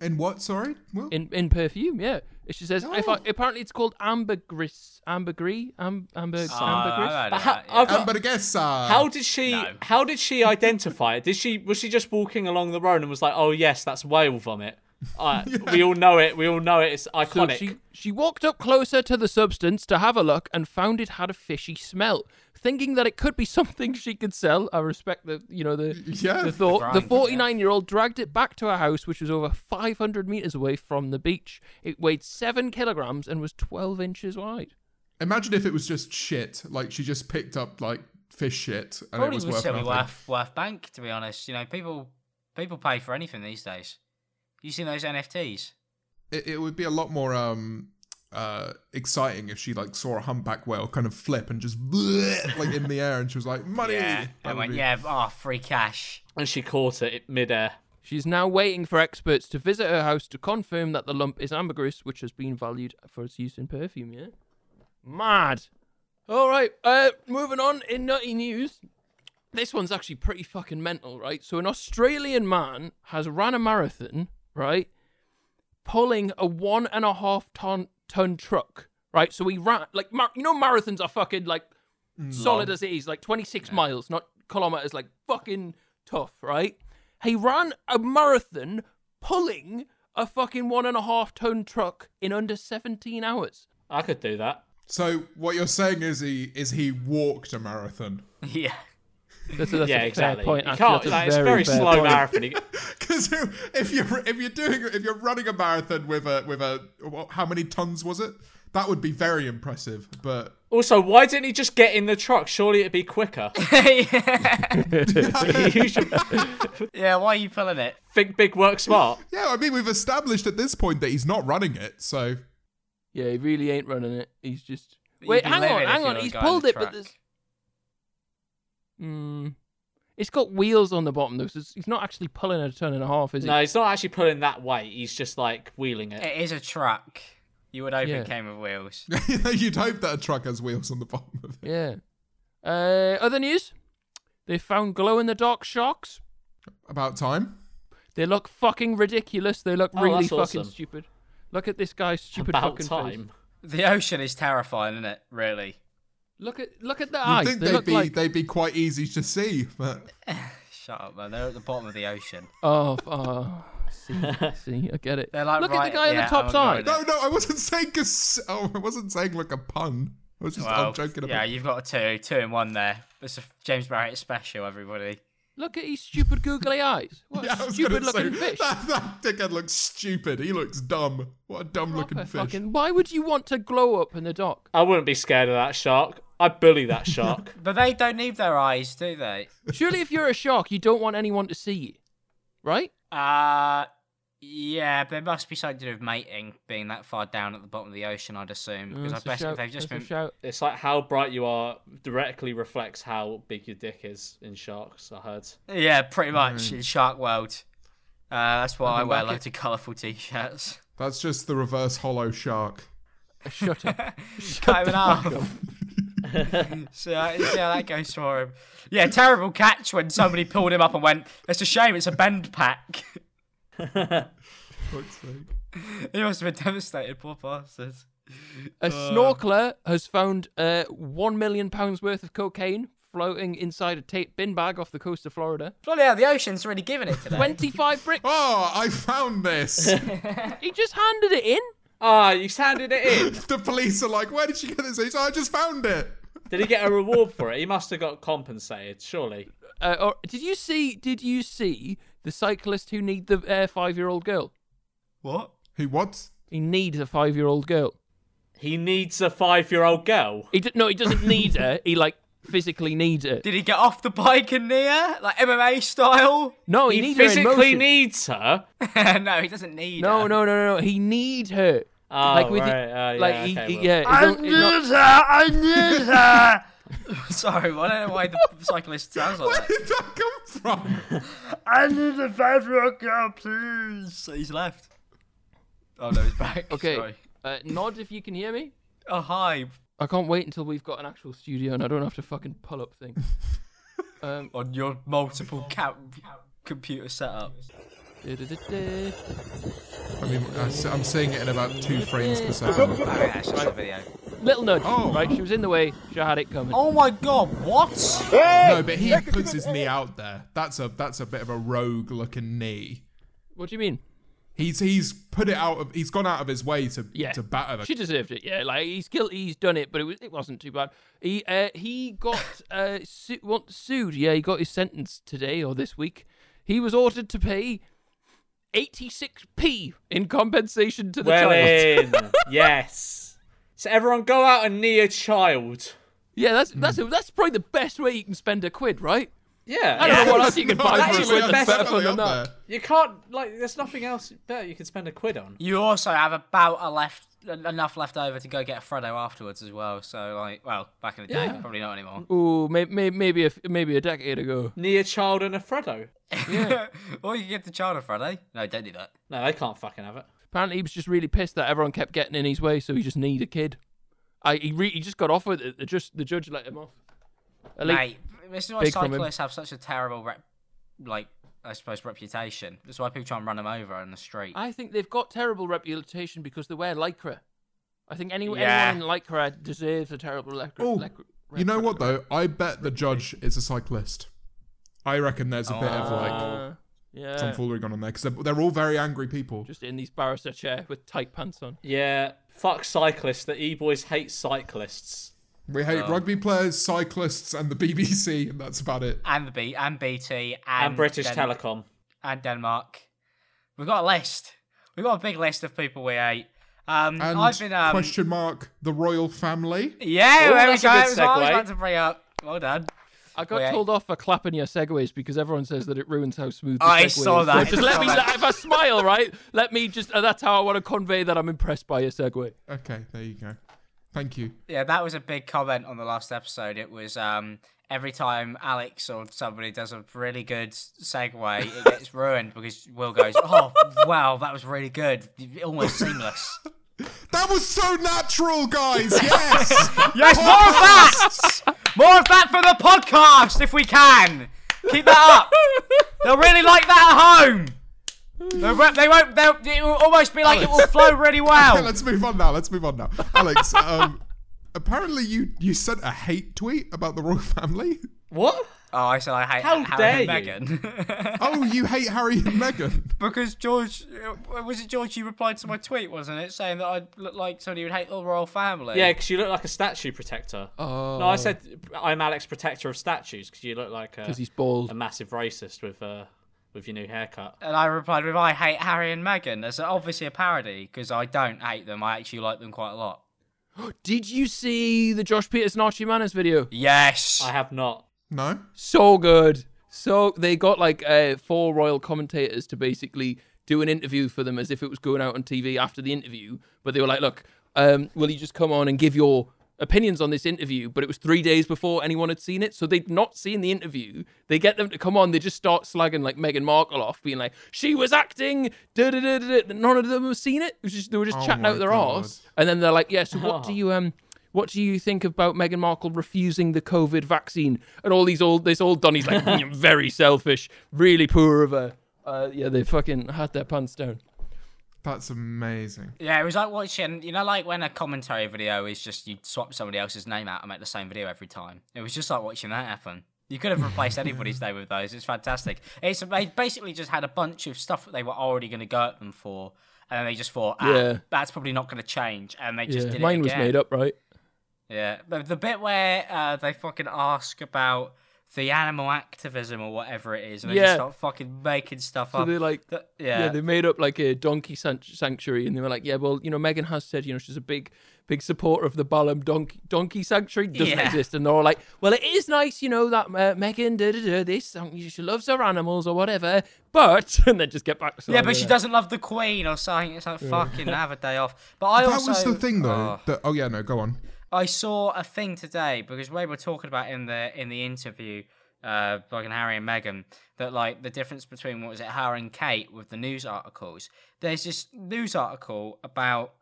D: In what? Sorry. Well,
B: In in perfume, yeah. She says if
A: Oh.
B: I, apparently it's called ambergris, ambergris, am, amber,
A: Oh,
B: ambergris.
A: [laughs] I've heard
C: But
A: of
C: how,
A: that, yeah.
C: I've got-
D: um, but I guess. Uh,
C: how did she?
A: No.
C: How did she identify it? Did she? Was she just walking along the road and was like, "Oh yes, that's whale vomit." [laughs] Uh, We all know it. We all know it. It's
B: So
C: iconic.
B: she, she walked up closer to the substance to have a look and found it had a fishy smell. Thinking that it could be [laughs] something she could sell, I respect the you know the
D: Yeah.
B: the thought. the
A: Frank, yeah.
B: 49 year old dragged it back to her house, which was over 500 meters away from the beach. It weighed seven kilograms and was 12 inches wide.
D: Imagine if it was just shit. Like she just picked up like fish shit and it
A: Probably
D: was
A: would
D: worth
A: still be
D: nothing.
A: worth, worth bank, to be honest. You know, people people pay for anything these days. You seen those NFTs?
D: It, it would be a lot more um uh exciting if she like saw a humpback whale kind of flip and just [laughs] bleh, like in the air and she was like money.
A: Yeah.
D: That
A: I
D: would
A: went,
D: be-
A: yeah, oh, free cash.
C: and she caught it midair.
B: She's now waiting for experts to visit her house to confirm that the lump is ambergris, which has been valued for its use in perfume. Yeah, mad. All right, uh, moving on in nutty news. This one's actually pretty fucking mental, right? So, an Australian man has ran a marathon, right, pulling a one and a half ton ton truck, right? So he ran like mar- you know marathons are fucking like solid as it is, like twenty six miles, not kilometers, like fucking tough, right? He ran a marathon pulling a fucking one and a half ton truck in under 17 hours.
C: I could do that.
D: So what you're saying is he is he walked a marathon
A: [laughs]
D: [laughs]
A: yeah.
B: That's a, that's
C: yeah,
B: a
C: exactly.
B: fair point.
C: you
B: actually.
C: can't.
B: That's a
C: Like, it's very
B: fair
C: slow
B: point.
C: marathon. [laughs] You-
D: because if you're if you're doing if you're running a marathon with a with a what- how many tons was it? That would be very impressive. But
C: Also, why didn't he just get in the truck? Surely it'd be
B: [laughs]
C: quicker. [laughs] you should
A: yeah, why are you pulling it?
C: think big, work smart.
D: yeah, I mean we've established at this point that he's not running it. So [laughs]
B: Yeah, he really ain't running it. He's just.
A: You'd
B: Wait,
A: be
B: hang
A: livid
B: on,
A: if
B: hang
A: you
B: on.
A: were a
B: He's
A: guy in
B: pulled
A: the
B: it, but
A: truck.
B: there's. Mm. It's got wheels on the bottom, though, so it's- he's not actually pulling a ton and a half, is he?
C: No, he's not actually pulling that weight. He's just like wheeling it.
A: It is a truck. You would hope
B: Yeah.
A: it came with wheels.
D: you'd hope that a truck has wheels on the bottom of it.
B: Yeah. Uh, other news? They found glow in the dark sharks.
D: About time.
B: They look fucking ridiculous. They look
C: Oh,
B: really
C: that's
B: fucking
C: awesome.
B: stupid. Look at this guy's stupid
C: About
B: fucking face.
C: time.
A: The ocean is terrifying, isn't it? Really.
B: Look at look at the
D: You'd
B: eyes.
D: think
B: They
D: they'd
B: look
D: be
B: like
D: they'd be quite easy to see, but
A: Shut up, man. They're at the bottom of the ocean.
B: oh, oh
A: [laughs]
B: see see I get it.
A: They're like,
B: look at
A: right,
B: the guy on
A: yeah,
B: the top
A: I'm
B: side.
A: going
D: no, no, I wasn't saying gas- oh, I wasn't saying like a pun. I was just
A: Well,
D: [laughs] I'm joking about.
A: yeah, you've got a two, two and one there. It's a James Barrett special, everybody.
B: Look at his stupid googly
D: [laughs]
B: eyes. What
D: [laughs] Yeah, I
B: a
D: was
B: stupid
D: gonna
B: looking
D: say,
B: fish.
D: That, that dickhead looks stupid. He looks dumb. What a dumb looking
B: Proper
D: fish.
B: Fucking, why would you want to glow up in the dark?
C: I wouldn't be scared of that shark. I'd bully that
B: [laughs]
C: shark.
A: But they don't need their eyes, do they?
B: Surely, if you're a shark, you don't want anyone to see you, right?
A: Uh, yeah, but there must be something to do with mating, being that far down at the bottom of the ocean, I'd assume. Because I
B: That's Mm, a
A: bet
B: shout,
A: if they've just
B: that's
A: been.
B: a shout.
C: it's like how bright you are directly reflects how big your dick is in sharks, I heard.
A: Yeah, pretty much in Shark World. Uh, that's why I, wear
B: Mm. back
A: loads of colourful t shirts.
D: That's just the reverse hollow shark.
B: [laughs] Shut up.
A: [laughs] Cut him in half. [laughs] see, how, see how that goes for him. Yeah, terrible catch when somebody pulled him up and went, it's a shame, it's a bend pack. [laughs]
B: [laughs]
D: Fuck's sake.
A: he must have been devastated, poor bastard.
D: Uh.
B: A snorkeler has found uh, one million pounds worth of cocaine floating inside a tape bin bag off the coast of Florida.
A: Bloody hell, the ocean's really giving it today.
B: Twenty-five bricks.
D: Oh, I
B: [laughs]
D: found this.
B: He just handed it in.
C: Ah, you sounded it in.
D: the police are like, where did she get this? He's like, I just found it.
C: Did he get a reward for it? He must have got compensated, surely.
B: Uh, or, did you see? Did you see the cyclist who need the uh, five-year-old girl?
A: What?
D: Who what?
B: He needs a five-year-old girl.
C: He needs a five-year-old girl.
B: He d- no, he doesn't need her. He like physically needs her.
A: Did he get off the bike and near like MMA
B: [laughs]
A: style? [laughs]
B: No, he,
C: He
B: needs her in
C: physically
B: motion.
C: needs her. [laughs]
A: no, he doesn't need.
B: no,
A: her.
B: no, no, no, no. He needs her.
C: Oh,
B: like with
C: right.
B: it,
C: oh, yeah,
B: like
C: okay,
B: he, he-
C: well.
B: yeah. I need
A: I need her. [laughs] Sorry, I don't know why
B: [laughs]
A: the cyclist sounds like that.
D: Where did that come from?
A: I need a five-year-old girl, please. He's left. Oh no, he's back.
B: [laughs] Okay,
A: Sorry.
B: uh, nod if you can hear me.
A: Oh hi,
B: I can't wait until we've got an actual studio and I don't have to fucking pull up things. [laughs] um,
A: on your multiple cat computer setup.
B: du-du-du-du.
D: I mean, I s- I'm seeing it in about two frames per second.
A: Oh, yeah, it's just a video.
B: Little nudge,
D: Oh.
B: right? She was in the way. She had it coming.
A: Oh my god, what?
D: No, but he puts his knee out there. That's a that's a bit of a rogue looking knee.
B: What do you mean?
D: He's he's put it out of he's gone out of his way to
B: Yeah,
D: to batter the
B: She deserved it. Yeah, like he's guilty. He's done it, but it was it wasn't too bad. He uh, he got uh su- want sued. Yeah, he got his sentence today or this week. He was ordered to pay eighty six p in compensation to the
C: well eh.
B: child.
C: in. [laughs] yes. So everyone go out and knee a child.
B: Yeah, that's that's that's probably the best way you can spend a quid, right?
C: Yeah.
B: I don't know what else you
D: [laughs]
B: can buy
C: that
B: for a
C: is
B: quid
C: the
B: that's
C: best-
B: better fun than
D: Definitely
B: that.
D: up there.
C: You can't like. There's nothing else better you could spend a quid on.
A: You also have about a left enough left over to go get a Freddo afterwards as well. So like, well, back in the day,
B: Yeah.
A: probably not anymore.
B: Ooh, maybe maybe a, f- maybe a decade ago.
C: Knee a child and a Freddo.
A: [laughs] or you can get the child a Freddo. No, don't do that.
C: No, they can't fucking have it.
B: Apparently, he was just really pissed that everyone kept getting in his way, so he just need a kid. I he, re- he just got off with it. The just the judge let him off. At least-
A: Mate, this is why
B: big from him.
A: cyclists have such a terrible rep, like I suppose reputation. That's why people try and run them over on the street.
B: I think they've got terrible reputation because they wear lycra. I think any,
A: Yeah.
B: anyone in lycra deserves a terrible lycra.
D: Oh,
B: lycra-
D: You know
B: rep-
D: what though? I bet the judge is a cyclist. I reckon there's a bit of like
B: Uh, yeah,
D: tomfoolery gone on there because they're, they're all very angry people.
B: just in these barrister chair with tight pants on.
C: Yeah. Fuck cyclists. The e boys hate cyclists.
D: we hate
B: oh.
D: rugby players, cyclists, and the BBC, and that's about it.
A: and the B and BT and,
C: And, British
A: Den-
C: Telecom.
A: and Denmark. We've got a list. We've got a big list of people we hate. Um,
D: And
A: I've been um,
D: question mark the royal family.
A: yeah, there
C: Ooh,
A: we
C: Oh, that's a
A: go.
C: good
A: It was what I was
C: segue.
A: about to bring up. Well done.
B: I got
A: Oh, yeah.
B: told off for clapping your segues because everyone says that it ruins how smooth. The
A: I
B: segue
A: saw
B: is.
A: that.
B: So just let me.
A: I saw that.
B: If I smile, right? Let me just. uh, that's how I want to convey that I'm impressed by your segue.
D: Okay, there you go. Thank you.
A: Yeah, that was a big comment on the last episode. It was um, every time Alex or somebody does a really good segue, it gets ruined because Will goes, "Oh, wow, that was really good, almost seamless."
D: That was so
B: [laughs]
D: natural, guys. Yes.
A: yes, more of that, more of that for the podcast if we can. Keep that up. They'll really like that at home. They won't. They won't they'll, it will almost be like it will flow really
D: Okay,
A: well.
D: let's move on now. Let's move on now. Alex, um, [laughs] apparently you you sent a hate tweet about the royal family.
C: What?
A: Oh, I said I hate
C: How
A: Harry
C: dare you.
A: and [laughs] Meghan.
D: Oh, [laughs] you hate Harry and Meghan.
A: Because George, uh, was it George? You replied to my tweet, wasn't it, saying that I look like somebody who'd hate the royal family?
C: Yeah, because you look like a statue protector.
B: Oh,
C: No, I said I'm Alex, protector of statues, because you look like a,
B: because he's bald.
C: a massive racist with uh, with your new haircut.
A: And I replied with, "I hate Harry and Meghan." That's obviously a parody because I don't hate them. I actually like them quite a lot.
B: Did you see the Josh Peterson Archie Manners video?
A: Yes.
C: I have not.
D: No.
B: so good. So they got like uh, four royal commentators to basically do an interview for them as if it was going out on TV after the interview. But they were like, look, um, will you just come on and give your opinions on this interview? But it was three days before anyone had seen it. So they'd not seen the interview. They get them to come on. They just start slagging like Meghan Markle off, being like, she was acting. Da, da, da, da, da. None of them have seen it. it was just, they were just
D: Oh
B: chatting
D: my
B: out their
D: God.
B: arse. And then they're like, yeah, so
A: Oh.
B: what do you um what do you think about Meghan Markle refusing the COVID vaccine? And all these old this old Donny's
A: [laughs]
B: like "Mm, very selfish, really poor of her. Uh, yeah, they fucking had their pants down.
D: That's amazing.
A: yeah, it was like watching, you know, like when a commentary video is just you swap somebody else's name out and make the same video every time. It was just like watching that happen. You could have replaced anybody's name with those. It's fantastic. It's they basically just had a bunch of stuff that they were already going to go at them for, and then they just thought, ah,
B: Yeah.
A: that's probably not going to change, and they just
B: Yeah,
A: did
B: mine
A: it
B: was
A: again.
B: made up, right?
A: Yeah, but the bit where uh, they fucking ask about the animal activism or whatever it is, and they
B: Yeah.
A: just start fucking making stuff
B: So
A: up.
B: they're like,
A: Th-
B: yeah.
A: yeah,
B: they made up like a donkey san- sanctuary, and they were like, yeah, well, you know, Megan has said, you know, she's a big, big supporter of the Balam donkey donkey sanctuary. Doesn't
A: Yeah.
B: exist, and they're all like, well, it is nice, you know, that uh, Megan, da da da, this, um, she loves her animals or whatever, but [laughs] and then just get back. to
A: yeah,
B: all
A: but
B: of
A: she
B: that.
A: doesn't love the queen or something. It's like fucking have a day off. But I
D: that
A: also
D: was the thing though.
B: uh,
A: Oh.
D: that, oh yeah, no, go on. [laughs]
A: I saw a thing today because we were talking about in the in the interview, uh, like in Harry and Meghan, that like the difference between what was it, her and Kate with the news articles. There's this news article about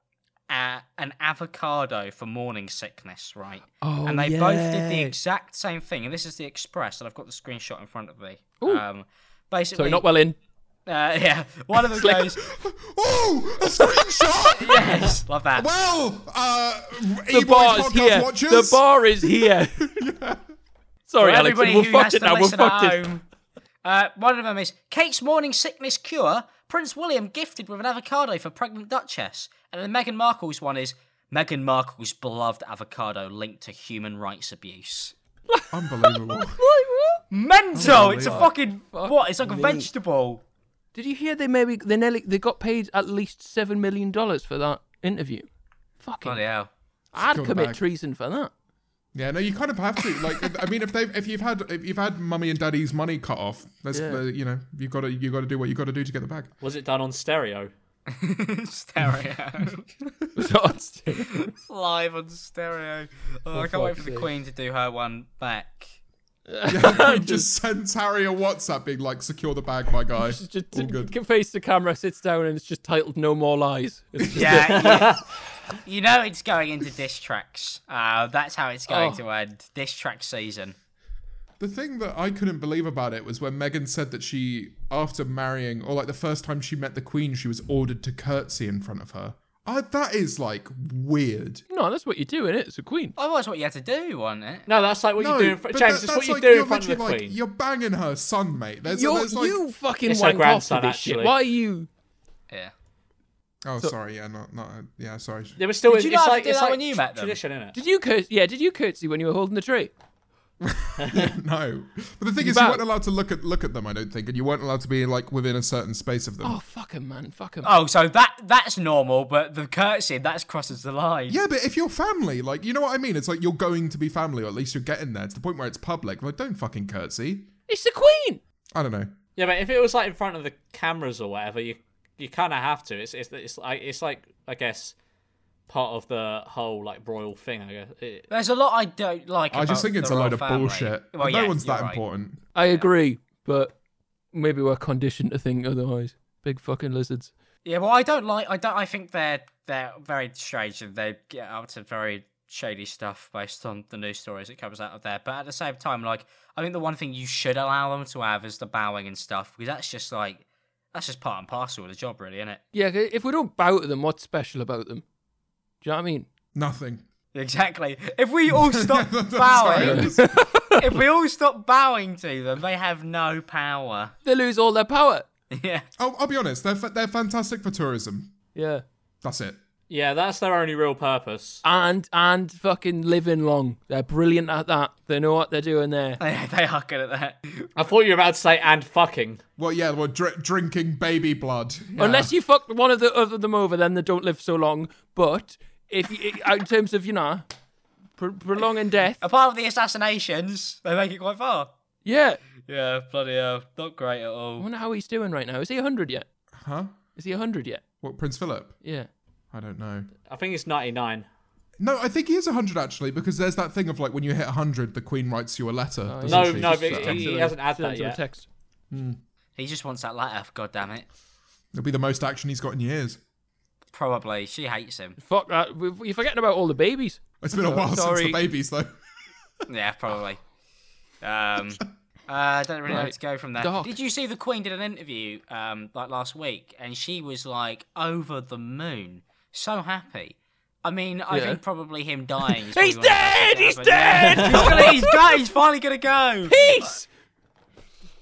A: uh, an avocado for morning sickness, right?
B: Oh,
A: and they both did the
B: yeah.
A: exact same thing. And this is the Express, and I've got the screenshot in front of me.
B: Ooh.
A: Um, basically,
B: Sorry, not well in.
A: uh, [laughs] yeah, one of them
B: like-
A: goes,
D: Oh, a
B: [laughs]
D: screenshot.
A: yes, [laughs] love that.
D: Well, uh,
B: The
D: E-Boys
B: bar is
D: podcast
B: here.
D: watchers.
B: The bar is
D: [laughs]
B: here. Sorry,
A: For
B: Alex.
A: everybody
B: We're
A: who
B: fucked
A: has
B: it
A: to
B: now. We're
A: listen at
B: fucked it.
A: home. Uh, one of them is Kate's morning sickness cure. Prince William gifted with an avocado for pregnant duchess, and then Meghan Markle's one is Meghan Markle's beloved avocado linked to human rights abuse. Oh
D: Unbelievable. [laughs]
A: Mental! it's a fucking
B: Fuck
A: what? It's like a
B: me.
A: vegetable.
B: Did you hear they maybe they nearly they got paid at least seven million dollars for that interview? Fucking
A: Bloody [laughs] hell!
B: I'd
D: Come
B: commit
D: back.
B: treason for
D: [laughs]
B: that.
D: yeah, no, you kind of have to. Like, if- I mean, if they, if you've had, if you've had mummy and daddy's money cut off, that's,
B: Yeah.
D: uh, you know, you got to, you got to do what you got to do to get the bag.
C: Was it done on stereo?
A: stereo, [laughs] live on stereo. Oh, I can't wait for
B: fuck's
A: the
B: sake.
A: Queen to do her one back.
D: [laughs]
C: [laughs]
D: Yeah, just, just sends Harry a WhatsApp being like, secure the bag, my
C: [laughs]
D: guy.
B: just
D: All good.
B: face the camera, sits down, and it's just titled "No More Lies." It's just
D: [laughs]
A: Yeah, you, you know it's going into diss tracks. Uh, that's how it's going
B: Oh.
A: to end. Diss track season.
D: The thing that I couldn't believe about it was when Meghan said that she, after marrying, or like the first time she met the Queen, she was ordered to curtsy in front of her. I, that is like weird.
B: no, that's what you do, innit? It's a
D: [laughs]
B: queen.
A: Oh, that's what you had to do, wasn't it?
C: No, that's like what you do in front.
D: but
C: James,
D: that-
C: it's what
D: that's
C: you
D: like-
C: do
D: you're
C: in front of the
D: literally, like,
C: queen.
D: You're banging her son, mate. There's,
B: You're-
D: there's like,
B: you fucking
C: It's her
B: wank off to
C: grandson,
B: this shit.
C: actually.
B: Why are you?
A: Yeah.
D: oh, sorry, yeah, not, not,
C: [laughs]
D: yeah, sorry.
C: They were still.
A: Did you
C: it's
A: not have
C: like,
A: to do
C: it's
A: that
C: like
A: when you met them?
C: Tradition, innit?
B: Did you curse? Yeah, did you curtsy when you were holding the tree?
D: [laughs] No, but the thing is,
B: back.
D: you weren't allowed to look at look at them. I don't think, and you weren't allowed to be like within a certain space of them.
B: Oh fuck him, man, fuck him.
A: Oh, so that that's normal, but the curtsy that's crosses the line.
D: Yeah, but if you're family, like you know what I mean, it's like you're going to be family, or at least you're getting there. It's the point where it's public. Like, don't fucking curtsy.
B: It's the queen.
D: I don't know.
C: Yeah, but if it was like in front of the cameras or whatever, you you kind of have to. It's it's it's like it's like I guess part of the whole like royal thing. I guess. It,
A: There's a lot I don't like.
D: I just
A: about
D: think it's
A: Uh, the
D: a
A: royal
D: load of
A: family.
D: bullshit.
A: Well,
D: no
A: yeah,
D: one's
A: you're
D: that
A: right.
D: important.
B: I agree, but maybe we're conditioned to think otherwise. Big fucking lizards.
A: Yeah, well, I don't like. I don't. I think they're they're very strange and they get up to very shady stuff based on the news stories that comes out of there. But at the same time, like I think the one thing you should allow them to have is the bowing and stuff because that's just like that's just part and parcel of the job, really, isn't it? [laughs]
B: Yeah, if we don't bow to them, what's special about them? Do you know what I mean?
D: Nothing.
A: Exactly. If we all
D: [laughs]
A: stop
D: That's-
A: bowing,
D: sorry.
A: if we all stop bowing to them, they have no power. [laughs]
B: They lose all their power.
A: Yeah.
D: I'll, I'll be honest. They're fa- they're fantastic for tourism.
B: Yeah.
D: That's it.
C: yeah, that's their only real purpose.
B: and and fucking living long. They're brilliant at that. They know what they're doing there.
C: Uh,
A: They, they are good at that.
C: I thought you were about to say and fucking.
D: Well, yeah, well, dr- drinking baby blood. Yeah.
B: Unless you fuck one of the other them over, then they don't live so long. But if you, in terms of you know pr- prolonging death,
A: Apart from the assassinations, they make it quite far.
B: yeah.
A: Yeah, bloody hell. Not great at all.
B: I wonder how he's doing right now. Is he hundred yet?
D: huh?
B: Is he hundred yet?
D: What Prince Philip?
B: Yeah.
D: I don't know.
C: I think it's ninety nine.
D: No, I think he is 100 actually, because there's that thing of like when you hit 100, the Queen writes you a letter. doesn't
C: No,
D: she?
C: no,
D: Just um,
C: but
D: that.
C: he-
B: Send to
C: hasn't had
B: send
C: that
B: to the
C: yet.
B: Text.
A: He just wants that letter, god damn it.
D: It'll be the most action he's got in years.
A: Probably. She hates him.
B: Fuck that. We- You're forgetting about all the babies.
D: It's been a
B: Oh,
D: while
B: sorry.
D: since the babies, though.
A: Yeah, probably. Um uh, I don't really know where
B: Right.
A: to go from there.
B: Doc.
A: Did you see the Queen did an interview um like last week and she was like over the moon. So happy. I mean, I
B: Yeah.
A: think probably him dying. is
B: [laughs]
A: probably
B: He's
A: one
B: dead.
A: of the
B: He's
A: best things that happened.
B: dead.
A: he's,
B: [laughs]
A: gonna, he's, go, he's finally gonna go.
B: Peace.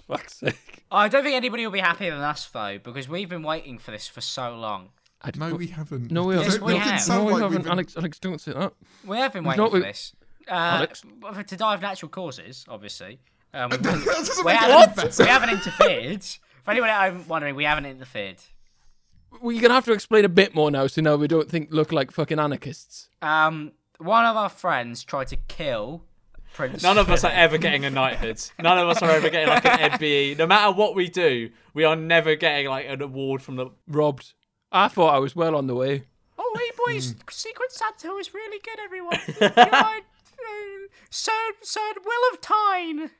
B: Fuck's sake.
A: I don't think anybody will be happier than us though, because we've been waiting for this for so long.
B: I d-
D: No, we haven't.
B: No, we
D: Don't
B: haven't.
A: we
D: make it
A: have. Uh,
D: sound
B: no, we
D: like we've
B: haven't.
D: been-
B: Alex, Alex, don't say that.
A: We have been
B: We've
A: waiting
B: not-
A: for
B: we-
A: this. Uh,
B: Alex?
A: but to die of natural causes, obviously.
B: [laughs]
A: Um, we,
D: [laughs] that doesn't
A: we
D: make it
A: haven't, [laughs]
D: any
A: we
D: better.
A: haven't interfered. For anyone at home wondering, we haven't interfered.
B: Well, you're gonna have to explain a bit more now, so now we don't think look like fucking anarchists.
A: Um, one of our friends tried to kill Prince.
C: None of us are
A: Philip.
C: ever getting a knighthood. None of us are ever getting like an MBE. No matter what we do, we are never getting like an award from the.
B: Robbed. I thought I was well on the way.
A: Oh, hey boys, Secret Santa is really good,
C: [laughs]
A: everyone. You are, uh, Sir, Sir Will of Tyne.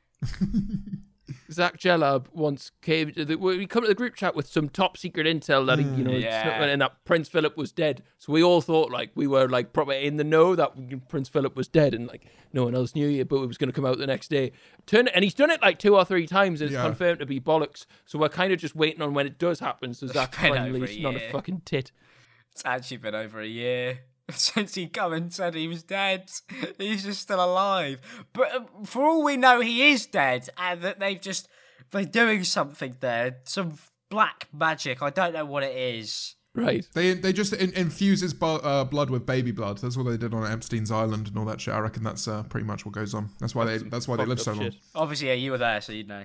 B: Zach Jellab once came to the we come to the group chat with some top secret intel that you know it's
A: Hmm. Yeah.
B: not- and that Prince Philip was dead. So we all thought like we were like proper in the know that Prince Philip was dead and like no one else knew it, but it was going to come out the next day. Turn and he's done it like two or three times and it's
D: Yeah.
B: confirmed to be bollocks. So we're kind of just waiting on when it does happen. So Zach
A: been
B: finally
A: over a
B: is not a
A: year.
B: fucking tit.
A: It's actually been over a year [laughs] since he come and said he was dead. He's just still alive. But um, for all we know, he is dead, and that they've just they're doing something there, some black magic. I don't know what it is.
B: Right.
D: They they just in, infuse his bu- uh, blood with baby blood. That's what they did on Epstein's Island and all that shit. I reckon that's uh, pretty much what goes on. That's why they that's why they live
B: Fucked
D: so
B: up
D: long.
B: shit.
A: Obviously, yeah, you were there, so you'd know.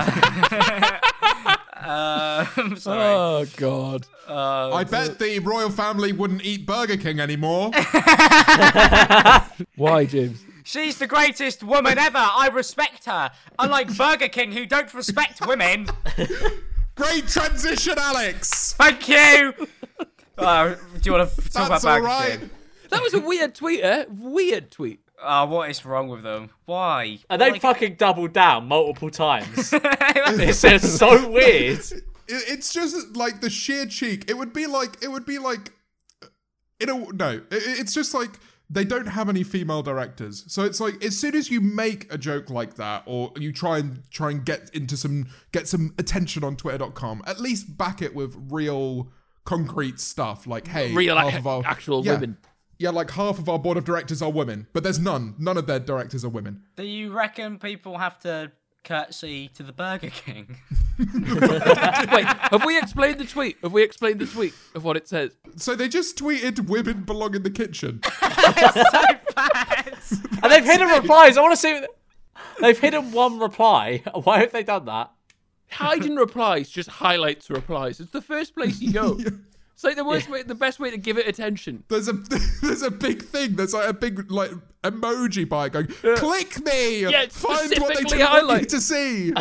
A: Uh, [laughs] um, sorry.
B: Oh god.
D: I bet the royal family wouldn't eat Burger King
B: [laughs]
D: anymore.
B: Why,
A: [laughs]
B: James?
A: She's the greatest woman ever. I respect her. Unlike Burger King, who don't respect women.
D: Great transition, Alex.
A: Thank you. Uh, do you want to talk about
D: That's all
A: Burger
D: right.
A: King?
B: That was a weird tweet, eh? Weird tweet. [laughs]
A: Oh, what is wrong with them? Why?
C: And
A: [laughs]
C: they fucking doubled down multiple times. [laughs] It's just so weird.
D: It- it's just like the sheer cheek. It would be like it would be like in a no. It, it's just like they don't have any female directors. So it's like as soon as you make a joke like that, or you try and try and get into some get some attention on Twitter.com, at least back it with real concrete stuff. Like hey,
B: Real
D: half
B: ac-
D: of our-
B: actual
D: yeah.
B: women.
D: Yeah, like half of our board of directors are women, but there's none. None of their directors are women.
A: Do you reckon people have to curtsy to the Burger King? [laughs]
B: Wait, have we explained the tweet? Have we explained the tweet of what it says?
D: So they just tweeted women belong in the kitchen.
C: And they've hidden replies. I want to see. They've hidden one reply. [laughs] Why have they done that?
B: Hiding replies just highlights replies. It's the first place you go. It's like the worst way, the best way to give it attention.
D: There's a [laughs] there's a big thing. There's like a big like emoji by going, click me.
B: Yeah, it's
D: Find what they
B: specifically
D: didn't want you
B: highlight."
D: to see.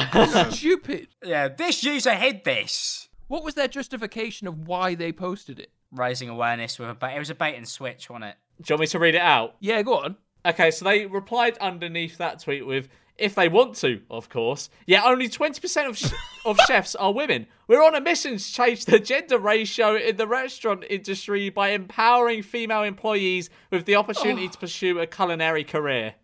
D: [laughs]
B: Stupid.
A: yeah, this user hid this.
B: What was their justification of why they posted it?
A: Raising awareness with a bait. It was a bait and switch, wasn't it?
C: Do you want me to read it out?
B: Yeah, go on.
C: Okay, so they replied underneath that tweet with, if they want to, of course. Yet only 20% of, sh- of chefs are women. We're on a mission to change the gender ratio in the restaurant industry by empowering female employees with the opportunity to pursue a culinary career.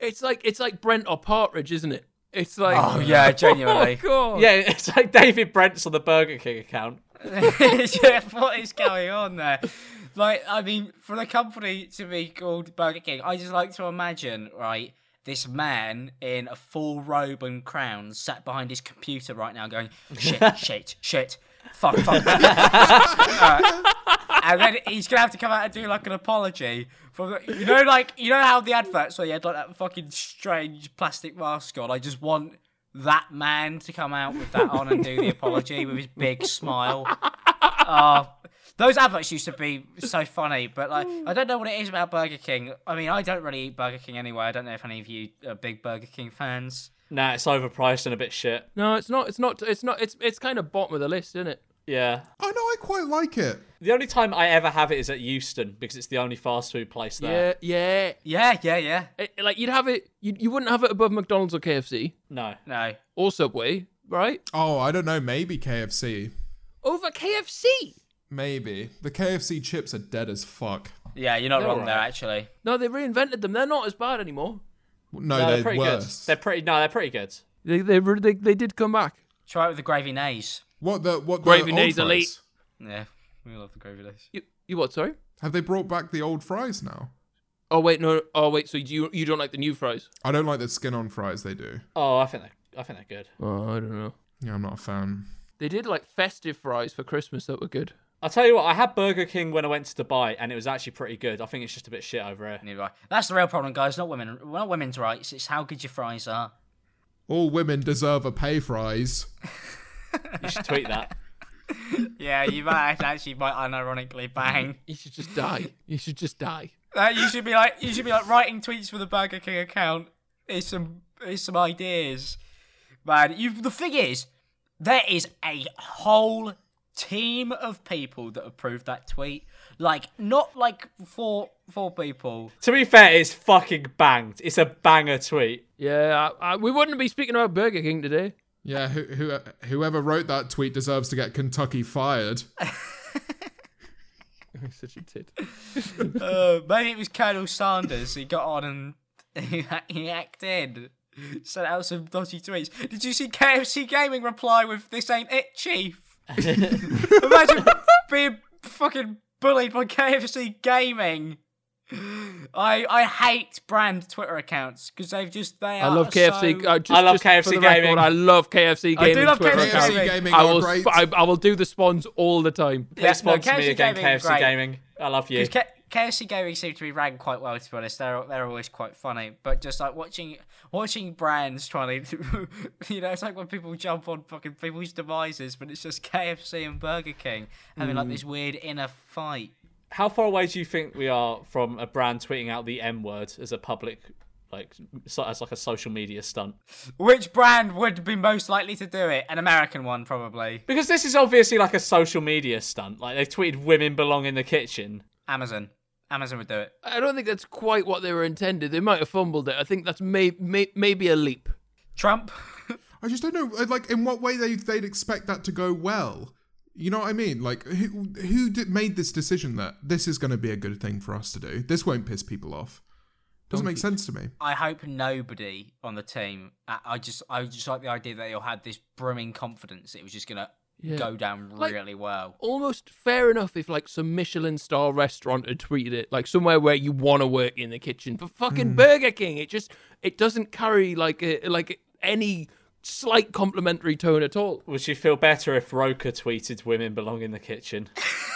B: It's like it's like Brent or Partridge, isn't it? It's like
A: Oh yeah,
B: [laughs] Oh
A: genuinely.
B: god.
C: Yeah, [laughs] it's like David Brent's on the Burger King account.
A: [laughs] yeah, what is going on there? Like, I mean, for the company to be called Burger King, I just like to imagine, right, this man in a full robe and crown sat behind his computer right now going, shit, shit, shit, fuck, fuck. [laughs] fuck." Uh, and then he's gonna have to come out and do like an apology for the- you know, like you know how the adverts where you had like that fucking strange plastic mask on. I just want that man to come out with that on and do the apology with his big smile. Oh, those adverts used to be so funny, but like I don't know what it is about Burger King. I mean, I don't really eat Burger King anyway. I don't know if any of you are big Burger King fans.
C: Nah, it's overpriced and a bit shit.
B: No, it's not. It's not. It's not. It's it's kind of bottom of the list, isn't it?
C: Yeah.
D: I know. I quite like it.
C: The only time I ever have it is at Euston because it's the only fast food place there.
B: Yeah, yeah.
A: Yeah, yeah, yeah.
B: It- like you'd have it. You you wouldn't have it above McDonald's or KFC
C: No.
A: No,
B: or Subway, right?
D: Oh, I don't know. Maybe KFC.
B: Over KFC.
D: Maybe the KFC chips are dead as fuck.
A: yeah, you're not wrong
C: all
A: there
C: right.
A: actually.
B: No, they reinvented them. They're not as bad anymore.
D: No,
C: No, they're,
D: they're,
C: pretty
D: worse.
C: good. They're pretty. No, they're pretty good.
B: They they re- they, they did come back.
A: Try it with the gravy nays.
D: What the what
B: Gravy
D: the old
B: days
D: fries?
B: elite.
A: Yeah, we love the gravy nays.
B: You, you what? Sorry.
D: Have they brought back the old fries now?
B: Oh wait, no. Oh wait. So you you don't like the new fries?
D: I don't like the skin on fries they do.
C: Oh, I think they're, I think they're good.
B: Oh, I don't know.
D: Yeah, I'm not a fan.
B: They did like festive fries for Christmas that were good.
C: I'll tell you what, I had Burger King when I went to Dubai, and it was actually pretty good. I think it's just a bit shit over here.
A: Anyway, that's the real problem, guys. Not women, not women's rights. It's how good your fries are.
D: all women deserve a pay rise.
C: You should tweet that.
A: [laughs] Yeah, you might [laughs] actually might unironically bang.
B: You should just [laughs] die. You should just die.
A: That you should be like you should be like writing tweets for the Burger King account. Here's some here's some ideas. Man, you the thing is, there is a whole team of people that approved that tweet. Like not like four four people.
C: To be fair, it's fucking banged. It's a banger tweet.
B: Yeah, I, I, we wouldn't be speaking about Burger King today.
D: Yeah, who, who, whoever wrote that tweet deserves to get Kentucky fired.
B: Such a tit.
A: Uh, maybe it was Colonel Sanders who got on and [laughs] he, he acted. Sent out some dodgy tweets. Did you see KFC Gaming reply with "This ain't it,
C: [laughs]
A: Chief"? Imagine being fucking bullied by KFC Gaming. I I hate brand Twitter accounts because they've just they
B: I
A: are
B: love KFC.
A: so-
B: I, uh, just,
C: I love
B: just for
C: KFC
B: the record,
C: gaming.
B: I love KFC
A: I do
B: gaming.
A: love
B: Twitter
A: KFC
B: account.
D: KFC
A: Gaming.
D: gaming
B: I
D: are
B: will.
D: great.
B: sp- I, I will do the spawns all the time.
C: Please
A: no,
C: sponsor me
A: KFC
C: again,
A: Gaming,
C: KFC
A: great.
C: Gaming. I love you.
A: 'Cause K- KFC Gaming seem to be ranked quite well, to be honest. They're they're always quite funny, but just like watching watching brands trying to, [laughs] you know, it's like when people jump on fucking people's demises, but it's just KFC and Burger King having
B: Hmm.
A: like this weird inner fight.
C: How far away do you think we are from a brand tweeting out the M word as a public, like, so, as like a social media stunt?
A: Which brand would be most likely to do it? An American one, probably.
C: Because this is obviously like a social media stunt. Like they've tweeted women belong in the kitchen.
A: Amazon. Amazon would do it.
B: I don't think that's quite what they were intended. They might have fumbled it. I think that's may, may, maybe a leap.
A: Trump. [laughs]
D: I just don't know, uh, like, in what way they, they'd expect that to go well. You know what I mean? Like, who who did, made this decision that this is going to be a good thing for us to do? This won't piss people off. Doesn't make sense to me.
A: I hope nobody on the team. I, I just, I just like the idea that they all had this brimming confidence. It was just gonna
B: Yeah.
A: go down
B: Like-
A: really well.
B: Almost fair enough if like some Michelin star restaurant had tweeted it, like somewhere where you want to work in the kitchen. But fucking Burger King, it just it doesn't carry like a, like any slight complimentary tone at all.
C: Would you feel better if Roker tweeted women belong in the kitchen?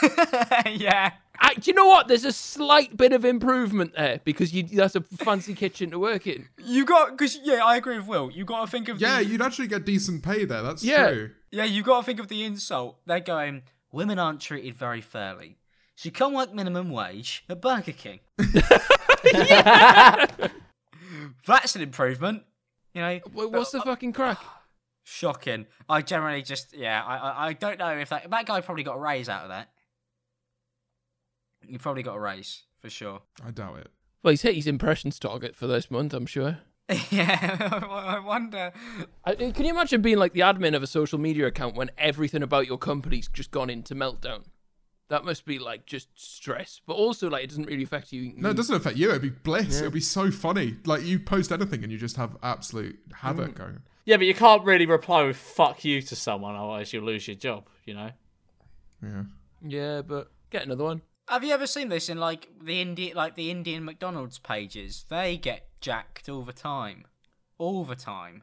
B: [laughs]
A: yeah.
B: I, do you know what? There's a slight bit of improvement there because you that's a fancy kitchen to work in.
A: You got because yeah, I agree with Will. You got to think of
D: Yeah,
A: the,
D: you'd actually get decent pay there. That's
B: Yeah.
D: true.
A: yeah. You got to think of the insult. They're going. Women aren't treated very fairly. So come work minimum wage at Burger King. [laughs] That's an improvement. You know, uh,
B: Wha- What's the fucking crack?
A: shocking. I generally just yeah. I I, I don't know if that that guy probably got a raise out of that. You probably got a raise for sure. [laughs]
D: I doubt it.
B: [sighs] Well, he's hit his impressions target for this month, I'm sure.
A: yeah, [laughs] I wonder.
B: I, can you imagine being like the admin of a social media account when everything about your company's just gone into meltdown? That must be like just stress, but also like it doesn't really affect you.
D: No, it doesn't affect you. It'd be bliss. It'd be so funny. Like, you post anything and you just have absolute havoc
B: Mm.
D: going.
C: Yeah, but you can't really reply with "fuck you" to someone, otherwise you'll lose your job. You know.
D: Yeah.
B: Yeah, but get another one.
A: Have you ever seen this in like the Indian, like the Indian McDonald's pages? They get jacked all the time, all the time,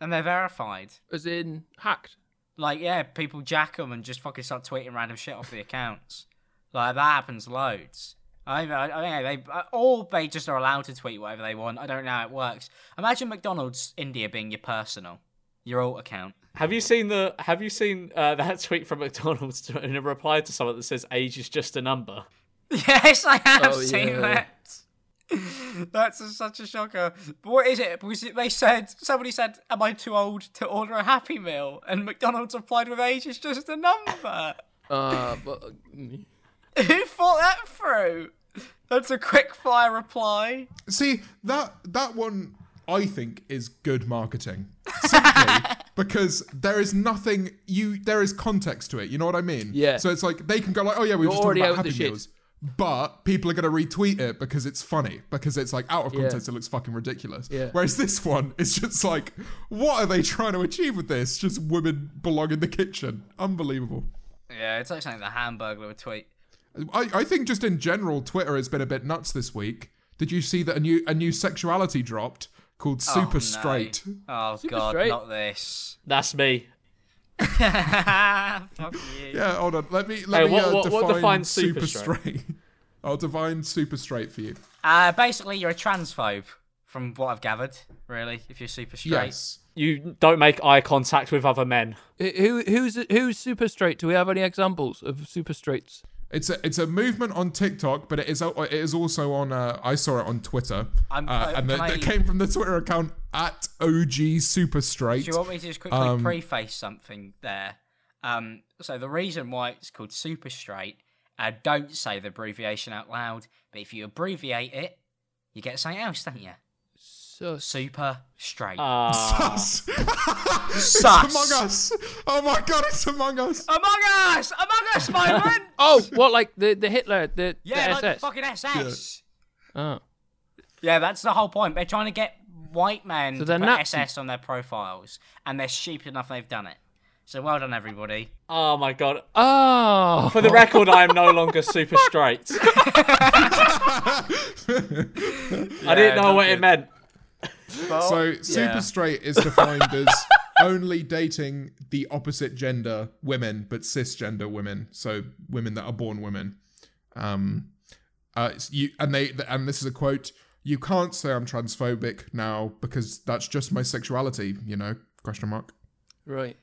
A: and they're verified.
B: As in hacked.
A: Like, yeah, people jack them and just fucking start tweeting random shit off the accounts. Like that happens loads. I, I, I mean, they all they just are allowed to tweet whatever they want. I don't know how it works. Imagine McDonald's India being your personal, your alt account.
C: Have you seen the Have you seen uh, [laughs] that tweet from McDonald's [laughs] to, in a reply to someone that says "age is just a number"?
A: [laughs] Yes, I have
B: Oh,
A: seen
B: yeah.
A: that. [laughs] That's a, such a shocker. But what is it? Because they said somebody said, "Am I too old to order a Happy Meal?" And McDonald's replied with, "Age is just a number." [laughs]
B: Uh, [laughs] but mm,
A: Who thought that through? That's a quick fire reply.
D: See that that one I think is good marketing simply
B: [laughs]
D: because there is nothing you there is context to it. You know what I mean?
B: Yeah.
D: So it's like they can go like, oh yeah, we
B: You're
D: were just talking
B: already
D: about
B: out the
D: Happy
B: shit.
D: Meals, but people are gonna retweet it because it's funny because it's like out of context, it looks fucking ridiculous.
B: Yeah.
D: Whereas this one is just like, what are they trying to achieve with this? Just women belong in the kitchen. Unbelievable.
A: Yeah, it's like something the Hamburglar would tweet.
D: I, I think just in general, Twitter has been a bit nuts this week. Did you see that a new a new sexuality dropped called Super
A: no.
D: Straight?
A: Oh god,
B: straight.
A: not this.
C: That's me.
A: Fuck you.
D: Yeah, hold on. Let me let
C: Hey,
D: me
C: what-
D: uh,
C: what-
D: define,
C: what defines
D: Super,
C: super
D: [laughs] Straight. I'll define Super Straight for you.
A: Uh, basically, you're a transphobe. from what I've gathered, really, if you're super straight.
D: Yes.
C: You don't make eye contact with other men.
B: Who who's who's super straight? Do we have any examples of super straights?
D: It's a it's a movement on TikTok, but it is it is also on. Uh, I saw it on Twitter,
A: I'm-
D: uh, and
A: uh,
D: it
A: can I-
D: it came from the Twitter account at OG Super Straight.
A: Do you want me to just quickly
D: Um,
A: preface something there? Um, so the reason why it's called super straight, uh, don't say the abbreviation out loud, but if you abbreviate it, you get something else, don't you?
B: So
A: Super straight.
B: Uh,
C: Ah.
D: Sus. [laughs] it's
A: Sus.
D: Among Us. Oh my god, it's Among Us.
A: Among Us! Among Us
B: [laughs]
A: moment!
B: oh, what like the the Hitler the
A: yeah,
B: the
A: like the
B: SS?
A: fucking SS.
B: oh.
A: Yeah. that's the whole point. They're trying to get white men
B: So
A: to
B: they're
A: put
B: Nazis.
A: SS on their profiles, and they're stupid enough they've done it. So well done, everybody.
C: Oh my god.
B: Oh.
C: For the record, I am no longer super straight. I didn't know what it meant.
B: Oh,
D: So super straight is defined
B: [laughs]
D: as only dating the opposite gender women, but cisgender women, so women that are born women. Um, uh, it's- you and they and this is a quote: "You can't say I'm transphobic now because that's just my sexuality." You know? Question mark.
B: right.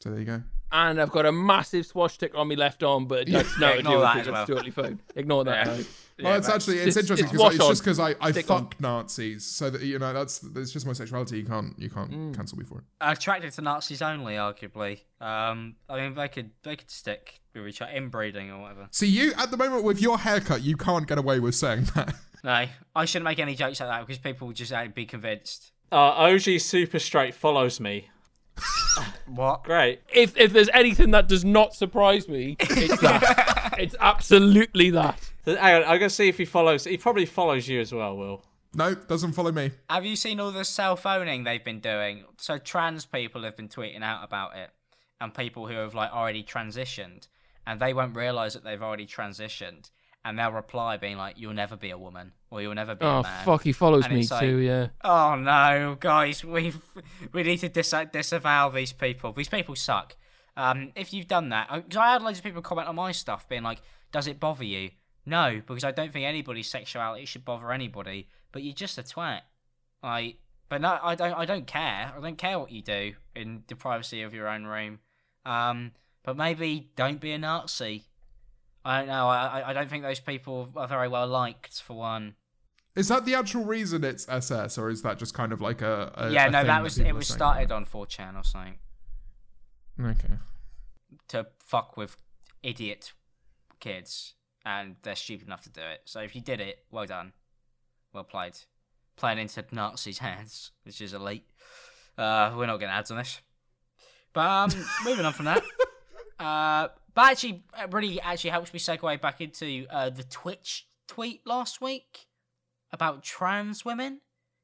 D: So there you go.
B: And I've got a massive swwash tick on my left
A: [laughs]
B: arm, but that's no
A: ignore
B: idea.
A: that
B: That's
A: as well.
B: totally fine. Ignore that.
A: Yeah.
B: though.
D: well, it's actually it's,
B: it's-
D: interesting
B: it's
D: because
B: wash
D: it's, just
B: on.
D: because I I
B: Stick on.
D: fucked Nazis, so that you know that's it's just my sexuality. You can't you can't
B: Mm.
D: cancel me for it.
A: attracted to Nazis only, arguably. Um, I mean, they could they could stick with each other, inbreeding or whatever.
D: See, you at the moment with your haircut, you can't get away with saying that. [laughs]
A: No, I shouldn't make any jokes like that because people would just uh, be convinced.
C: Uh, OG super straight follows me.
A: What?
C: Great.
B: If if there's anything that does not
A: [laughs]
B: surprise me, it's that. it's absolutely that.
C: Th- Hang on, I'm gonna see if he follows. He probably follows you as well, Will.
D: no, doesn't follow me.
A: Have you seen all the cell phoning they've been doing? So trans people have been tweeting out about it, and people who have like already transitioned, and they won't realise that they've already transitioned, and they'll reply being like, "You'll never be a woman," or "You'll never be
B: Oh
A: a man."
B: fuck, he follows
A: And
B: me
A: it's like-
B: too. Yeah.
A: Oh no, guys, we we need to dis- disavow these people. These people suck. Um, if you've done that, because I had loads of people comment on my stuff, being like, "Does it bother you?" No, because I don't think anybody's sexuality should bother anybody. But you're just a twat. Like, but no, I don't. I don't care. I don't care what you do in the privacy of your own room. Um, but maybe don't be a Nazi. I don't know. I I- I don't think those people are very well liked for one.
D: Is that the actual reason it's SS, or is that just kind of like a? a
A: yeah,
D: a
A: no,
D: thing
A: that was
D: people
A: it
D: are
A: was
D: saying?
A: started on 4chan or something
D: Okay.
A: to fuck with idiot kids, and they're stupid enough to do it. So if you did it, well done, well played, playing into Nazis' hands, which is elite. Uh, we're not getting ads on this, but um,
D: [laughs]
A: moving on from that. Uh, but actually, it really actually helps me segue back into uh, the Twitch tweet last week about trans women.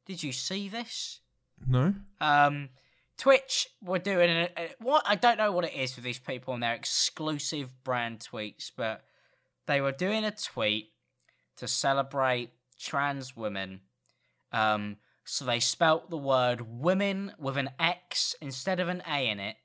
A: Did you see this?
D: No.
A: Um, Twitch were doing a, a- what I don't know what it is for these people and their exclusive brand tweets, but they were doing a tweet to celebrate trans women. Um, so they spelt the word women with an X instead of an A in it,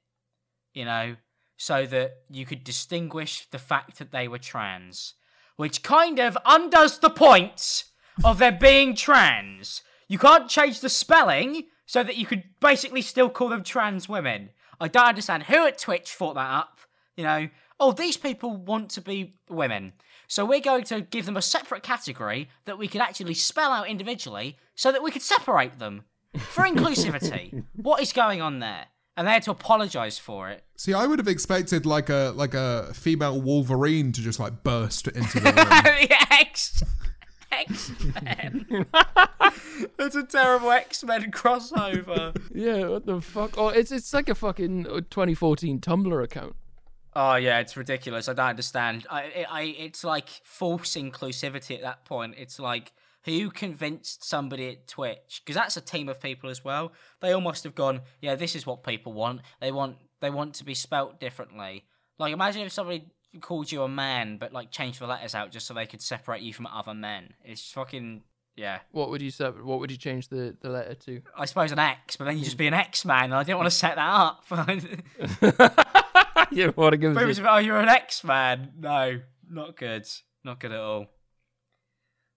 A: you know, so that you could distinguish the fact that they were trans, which kind of undoes the point of their being trans. You can't change the spelling so that you could basically still call them trans women. I don't understand who at Twitch thought that up. You know, oh, these people want to be women. So we're going to give them a separate category that we can actually spell out individually so that we could separate them for inclusivity. What is going on there? And they had to apologize for it. [laughs]
D: See, I would have expected like a like a female Wolverine to just like burst
A: [laughs]
D: into the room.
A: X. X Men. That's a terrible X Men crossover.
B: Yeah. What the fuck? Oh, it's it's like a fucking uh, 2014 Tumblr account.
A: Oh yeah, it's ridiculous. I don't understand. I, I, I, it's like false inclusivity at that point. It's like who convinced somebody at Twitch? Because that's a team of people as well. They all must have gone. Yeah, this is what people want. They want they want to be spelt differently. Like imagine if somebody called you a man, but like changed the letters out just so they could separate you from other men. It's fucking yeah.
B: What would you say? What would you change the the letter [laughs] to?
A: I suppose an X, but then you just be an X man. and I didn't want to set that up. [laughs]
B: you want to give
A: Maybe it's about, oh, you're an X Man. No, not good. Not good at all.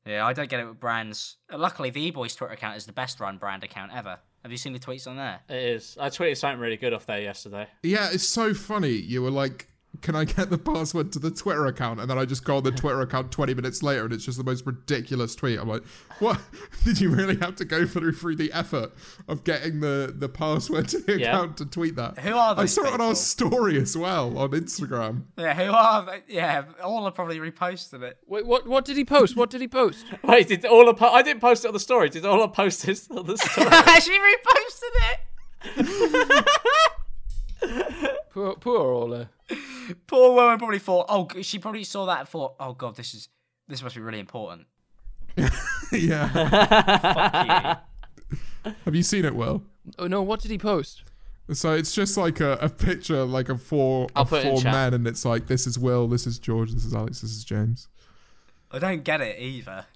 A: Yeah, I don't get it with brands. Luckily, the eBoys Twitter account is the best run brand account ever. Have you seen the tweets on there?
C: It is. I tweeted something really good off there yesterday.
D: Yeah, it's so funny. You were like, "Can I get the password to the Twitter account?" And then I just go on the Twitter account 20 minutes later, and it's just the most ridiculous tweet. I'm like, "What? [laughs] Did you really have to go through through the effort of getting the the password to the
C: Yeah.
D: account to tweet that?"
A: Who are
D: I
A: those
D: saw it on
A: people?
D: our story as well on
C: [laughs]
D: Instagram. [laughs]
A: Yeah, who are they? Yeah, all are probably reposted [laughs] it.
B: Wait, what? What did he post? What did he post?
C: [laughs] Wait, did Ola? Po- I didn't post it on the story. Did Ola post this on
A: [laughs]
C: the story?
A: she reposted it.
B: [laughs] Poor, poor Ola.
A: Poor woman probably thought, oh, g- she probably saw that and thought, oh god, this is this must be really important.
D: yeah. Have you seen it, Will?
B: Oh no, what did he post?
D: So it's just like a, a picture, like of four
C: I'll
D: of
C: put it in
D: four
C: chat.
D: men, and it's like, "This is Will, this is George, this is Alex, this is James."
A: I don't get it either.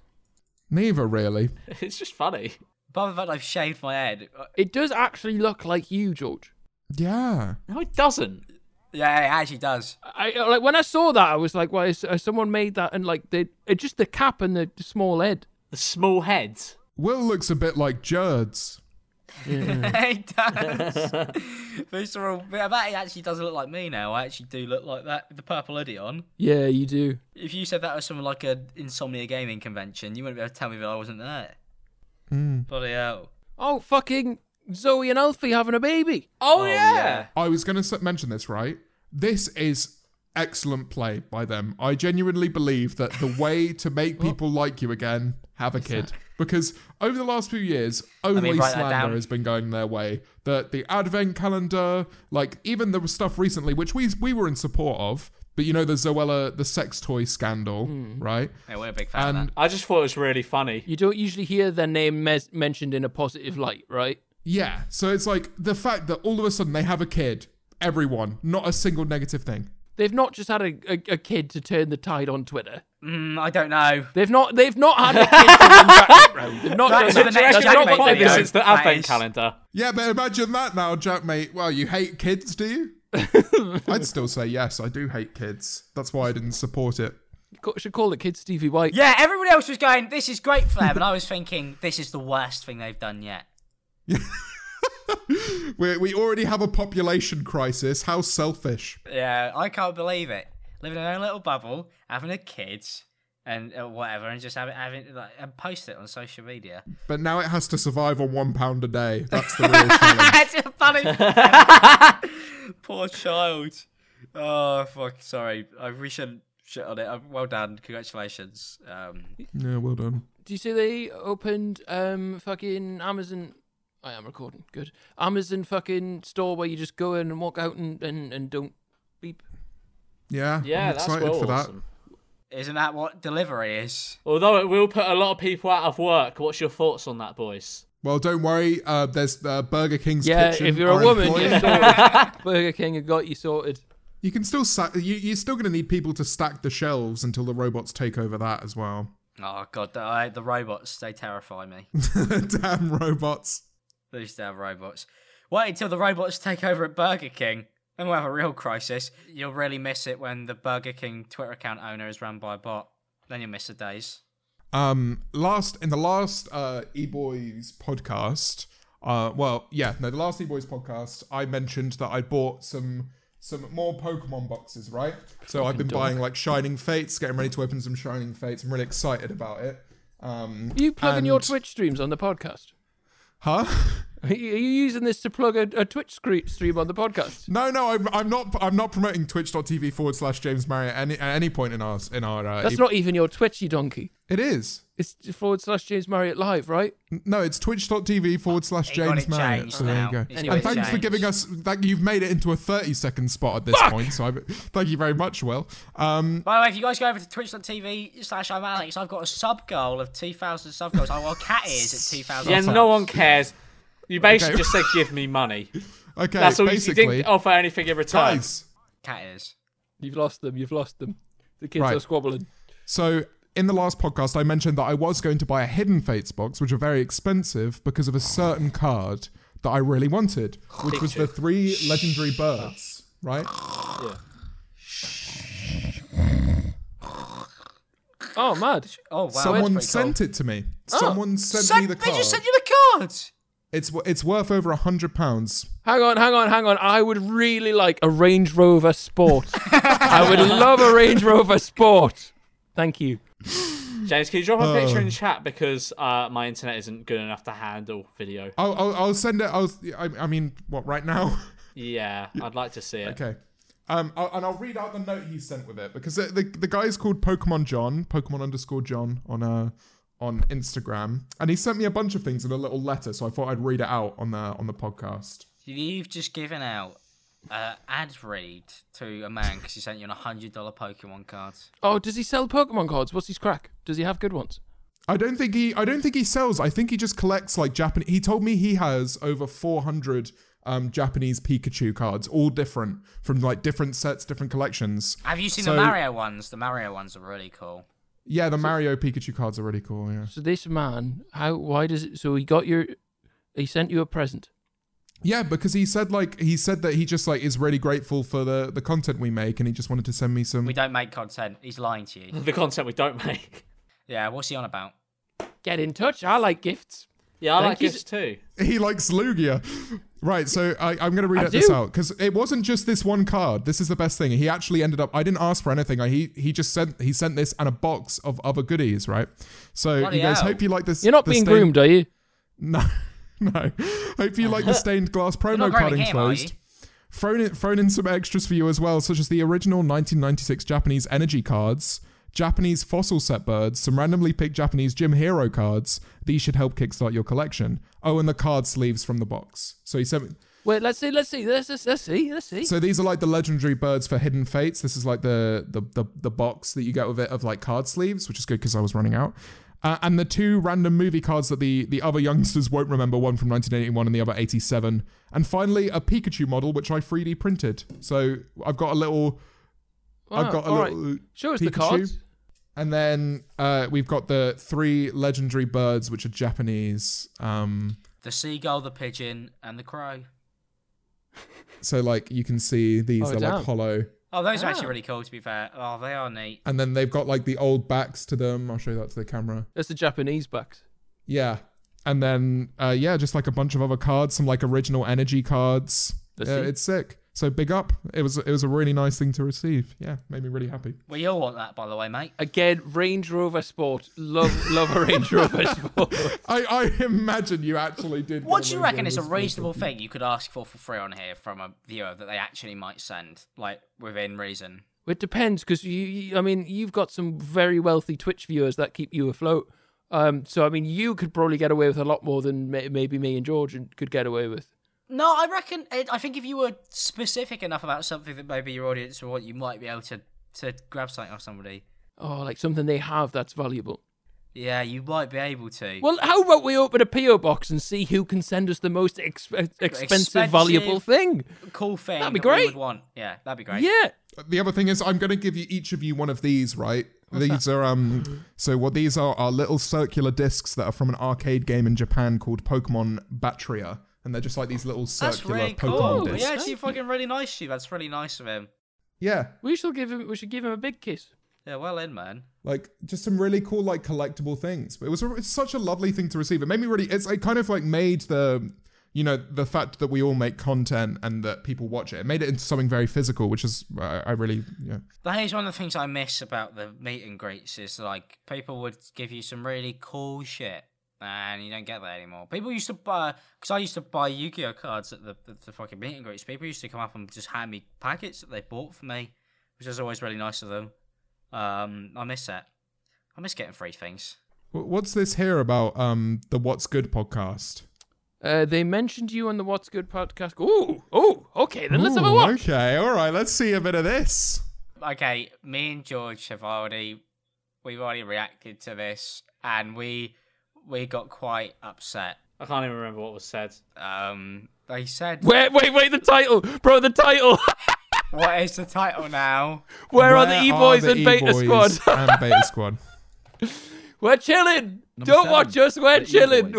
D: Neither really.
C: it's just funny.
A: Apart from the fact I've shaved my head. Uh,
B: It does actually look like you, George.
D: Yeah.
C: No, it doesn't.
A: Yeah, it actually does.
B: I uh, like when I saw that, I was like, "Why is uh, someone made that?" And like, they it's just the cap and the small head.
C: The small head.
D: Will looks a bit like Jurds.
A: [laughs] it does. Those are all, that actually does look like me now. I actually do look like that with the purple hoodie on.
B: Yeah, you do.
A: If you said that was something like an Insomnia Gaming convention, you wouldn't be able to tell me that I wasn't there. Bloody hell.
B: Oh, fucking Zoe and Alfie having a baby.
C: Oh, yeah.
D: I was going to mention this, right? This is excellent play by them. I genuinely believe that the way
A: [laughs]
D: to make people like you again, have a kid. Because over the last few years, only
A: write that down.
D: slander has been going their way. That the advent calendar, like even the stuff recently, which we we were in support of, but you know the Zoella the sex toy scandal, right?
A: Yeah, we're a big fan of
D: And-
A: Hmm. that.
C: I just thought it was really funny.
B: You don't usually hear their name mes- mentioned in a positive light, right?
D: Yeah. So it's like the fact that all of a sudden they have a kid. Everyone, not a single negative thing.
B: They've not just had a, a, a kid to turn the tide on Twitter.
A: Mm, I don't know.
B: They've not. They've not had a kid to win [laughs] Jack round. They've not
A: That's
B: done
A: the
B: that.
A: next
B: They've
C: They've
A: Jackmate
C: not
B: not got
C: got
A: video.
C: this
B: this.
C: since the
A: That
C: advent
A: is-
C: calendar.
D: Yeah, but imagine that now, Jack, mate. Well, you hate kids, do you?
B: [laughs]
D: I'd still say yes, I do hate kids. That's why I didn't support it.
B: Should call the kid Stevie White.
A: Yeah, everybody else was going, this is great for them. And I was thinking, this is the worst thing they've done yet.
D: We, we already have a population crisis. How selfish.
A: Yeah, I can't believe it. Living in our own little bubble, having a kids and uh, whatever, and just having, having like, and post it on social media.
D: But now it has to survive on one pound a day. That's
B: [laughs]
D: the real
A: [laughs]
D: challenge.
A: That's a funny. Poor child. Oh fuck! Sorry, I we shouldn't shit on it. Uh, Well done, congratulations. Um,
D: Yeah, well done.
B: Do you see they opened um fucking Amazon? I am recording. Good. Amazon fucking store where you just go in and walk out and and, and don't beep.
D: Yeah,
C: Yeah,
D: I'm
C: that's
D: excited
C: well
D: for that.
C: awesome.
A: isn't that what delivery is?
C: Although it will put a lot of people out of work. What's your thoughts on that, boys?
D: Well, don't worry. Uh, there's uh, Burger King's
B: Yeah,
D: kitchen.
B: if you're a
D: are
B: woman,
D: employed.
B: you're sorted. Burger King have got you sorted.
D: you can still sa- you, you're still going to need people to stack the shelves until the robots take over that as well. [laughs]
A: Oh god, the, I, the robots they terrify me. [laughs]
D: Damn robots.
A: These damn robots. Wait until the robots take over at Burger King, and we'll have a real crisis. You'll really miss it when the Burger King Twitter account owner is run by a bot. Then you'll miss the days.
D: Um, last in the last uh, eBoys podcast, uh, well, yeah, no, the last eBoys podcast, I mentioned that I bought some some more Pokemon boxes, right? So I've been buying like Shining Fates, getting ready to open some Shining Fates. I'm really excited about it. Um,
B: Are you plugging your
D: and-
B: Twitch streams on the podcast?
D: Huh? [laughs]
B: Are you are you using this to plug a, a Twitch scre- stream on the [laughs] podcast?
D: No, no, I'm, I'm not. I'm not promoting Twitch.tv forward slash James Marriott at any, at any point in our in our. Uh,
B: That's
D: e-
B: not even your Twitch, you donkey.
D: It is.
B: It's forward slash James Marriott live, right?
D: No, it's twitch.tv forward slash
A: He got
D: James
A: it
D: Marriott.
A: changed
D: So there
A: now.
D: you go.
A: He's
B: got
D: And
B: it
D: thanks for
A: changed.
D: giving us that you've made it into a 30 second spot at this point. So I, thank you very much, Will. Um,
A: By the way, if you guys go over to twitch.tv slash I'm Alex, I've got a sub goal of 2,000 sub goals. I well, cat is at 2,000.
C: Yeah,
A: subs.
C: no one cares. You basically
D: Okay.
C: just said, give me [laughs] money.
D: okay,
C: That's all you, Oh, you
D: basically,
C: didn't offer anything in return.
D: guys.
A: Cat is.
B: You've lost them. You've lost them. The kids
D: Right.
B: are squabbling.
D: So in the last podcast, I mentioned that I was going to buy a Hidden Fates box, which are very expensive because of a certain card that I really wanted, which was the three legendary birds, right?
B: Oh, mad.
A: Oh wow. Oh,
D: Someone sent it to me. Someone sent
A: Sent-
D: me the
A: they
D: card.
A: just sent you the cards.
D: It's wo- it's worth over a hundred pounds.
B: Hang on, hang on, hang on. I would really like a Range Rover [laughs] Sport. I would love a Range Rover Sport. Thank you.
C: James, can you drop a picture in chat because uh, my internet isn't good enough to handle video.
D: I'll I'll, I'll send it. I'll, I I mean, what right now? [laughs]
C: Yeah, I'd like to see it.
D: okay. Um, I'll, and I'll read out the note he sent with it because the, the the guy is called Pokemon John, Pokemon underscore John on uh on Instagram, and he sent me a bunch of things in a little letter. So I thought I'd read it out on the on the podcast.
A: You've just given out uh, ad read to a man because he sent you on a hundred dollar Pokemon card.
B: Oh, does he sell Pokemon cards? What's his crack? Does he have good ones?
D: I don't think he I don't think he sells. I think he just collects like Japanese. He told me he has over 400 um Japanese Pikachu cards, all different from like different sets, different collections.
A: Have you seen
D: So-
A: the Mario ones? The Mario ones are really cool.
D: Yeah, the Mario Pikachu cards are really cool. Yeah.
B: So this man, how? Why does it? So he got your, he sent you a present.
D: Yeah, because he said like he said that he just like is really grateful for the the content we make, and he just wanted to send me some.
A: We don't make content. He's lying to you.
C: The content we don't make.
A: Yeah, what's he on about?
B: Get in touch. I like gifts.
C: Yeah, I
B: Thank
C: like
B: you.
C: this too.
D: He likes Lugia. Right, so I, I'm going to read
B: I
D: out this
B: do.
D: out because it wasn't just this one card. This is the best thing. He actually ended up. I didn't ask for anything. I, he he just sent he sent this and a box of other goodies. Right, so
A: Bloody
D: you guys
A: hell.
D: hope you like this.
B: You're not
D: this
B: being
D: stained-
B: groomed, are you?
D: No, [laughs] no. Hope
A: [laughs]
D: you like the stained glass promo
A: not
D: card
A: grabbing him, are you?
D: enclosed. Thrown in, thrown in some extras for you as well, such as the original 1996 Japanese energy cards, Japanese fossil set birds, some randomly picked Japanese gym hero cards. These should help kickstart your collection. Oh, and the card sleeves from the box. So he sent. me-
B: Wait, let's see, let's see, let's let's, let's see, let's see.
D: so these are like the legendary birds for Hidden Fates. This is like the the the, the box that you get with it of like card sleeves, which is good because I was running out. Uh, and the two random movie cards that the the other youngsters won't remember, one from 1981 and the other 87. And finally, a Pikachu model which I 3D printed. So I've got a little,
B: Wow,
D: I've got a
B: all right.
D: little.
B: Show us the
D: Pikachu.
B: cards.
D: And then uh, we've got the three legendary birds, which are Japanese. Um,
A: The seagull, the pigeon, and the crow.
D: so like you can see these
B: Oh,
D: are
B: damn.
D: like hollow.
A: Oh, those are actually
B: Ah.
A: really cool. To be fair, oh, they are neat.
D: And then they've got like the old backs to them. I'll show that to the camera.
B: That's the Japanese backs.
D: Yeah. And then uh yeah, just like a bunch of other cards, some like original energy cards.
B: I
D: Yeah,
B: see.
D: it's sick. So big up. It was it was a really nice thing to receive. Yeah, made me really happy.
A: We all want that, by the way, mate.
B: Again, Range Rover Sport. Love, love a Range
D: [laughs]
B: Rover Sport.
D: I, I [laughs] imagine you actually did.
A: What
D: get
A: do you
D: Range
A: reckon is a
D: Rover Sport.
A: reasonable thing you could ask for for free on here from a viewer that they actually might send, like within reason?
B: It depends, because you, you, I mean, you've got some very wealthy Twitch viewers that keep you afloat. Um, so I mean, you could probably get away with a lot more than may- maybe me and George and- could get away with.
A: No, I reckon. I I think if you were specific enough about something that maybe your audience would want, you might be able to to grab something off somebody.
B: Oh, like something they have that's valuable.
A: Yeah, you might be able to.
B: Well, how about we open a PO box and see who can send us the most exp- expensive,
A: Expensive.
B: valuable thing?
A: cool thing.
B: That'd be
A: that we
B: great.
A: would want. Yeah, that'd be great.
B: Yeah.
D: The other thing is I'm gonna give you each of you one of these, right? these are um so what these are are little circular discs that are from an arcade game in Japan called Pokemon Batteria. And they're just like these little
A: That's
D: circular
A: really
D: Pokemon
A: cool.
D: discs.
A: Yeah, actually,
B: Thank
A: fucking really nice of you. That's really nice of him.
D: yeah.
B: We shall give him. We should give him a big kiss.
A: Yeah, well in, man.
D: like just some really cool like collectible things but it was a, it's such a lovely thing to receive it made me really it's it kind of like made the you know the fact that we all make content and that people watch it it made it into something very physical which is i, I really yeah
A: That is one of the things I miss about the meet and greets is like people would give you some really cool shit and you don't get that anymore. People used to buy because I used to buy Yu-Gi-Oh cards at the, the, the fucking meet and greets. People used to come up and just hand me packets that they bought for me, which was always really nice of them. Um, I miss that. I miss getting free things.
D: Wh- what's this here about um the what's good podcast
B: Uh, they mentioned you on the What's Good podcast. Oh, oh, okay. Then let's have a
D: Ooh,
B: watch.
D: okay all right let's see a bit of this
A: Okay, me and George have already we've already reacted to this and we we got quite upset.
C: I can't even remember what was said.
A: Um, they said
B: Wait, wait, wait. The title, bro. The title. [laughs]
A: What is the title now?
B: Where, are the
D: Where
B: E boys
D: the
B: and Beta
D: E-boys
B: Squad? [laughs]
D: [laughs] and beta squad [laughs]
B: we're chilling. Don't watch us. We're chilling.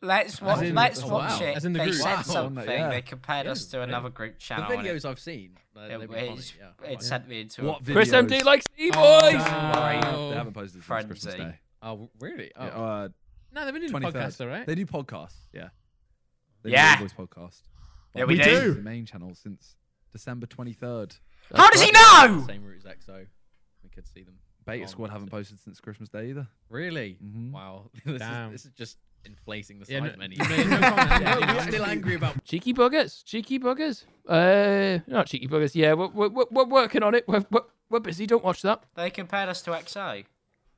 A: Let's watch.
J: in-
A: let's
J: oh,
A: watch
J: wow.
A: it.
J: As in the
A: they
J: group.
A: said
J: Wow.
A: something.
J: Yeah.
A: They compared us to another group
J: The
A: channel. and it-
J: videos I've seen. Uh,
A: it,
J: they've been
A: it's-
J: funny,
A: it
J: yeah.
A: sent me into
J: What
A: a
J: video?
B: Chris MD likes e boys.
J: Wow.
A: Wow.
K: They haven't posted since Christmas
A: Frenzy.
K: Day.
J: Oh, really? Oh.
K: Yeah, uh,
J: no, they've been doing
K: 23rd.
J: podcasts, all right?
K: They do podcasts. Yeah. They
A: Yeah.
K: Do a voice podcast.
A: Yeah,
K: But
A: we
K: it's
D: do.
K: The main channel since December 23rd.
A: How does he know?
J: Same route as EXO. We could see them.
K: Beta
J: on-
K: Squad haven't posted since Christmas Day either.
J: Really?
K: Mhm.
J: Wow. this,
F: Damn.
J: Is, this is just inflating the
F: Yeah,
J: side
F: no-
J: menu.
F: you made no comment.
J: Yeah,
F: No,
J: you're
F: we
J: still
F: actually-
J: angry about
B: Cheeky buggers. Cheeky buggers. Uh, not cheeky buggers. Yeah, we're, we're, we're- we're working on it. We're, we're, we're busy. Don't watch that.
A: They compared us to XO.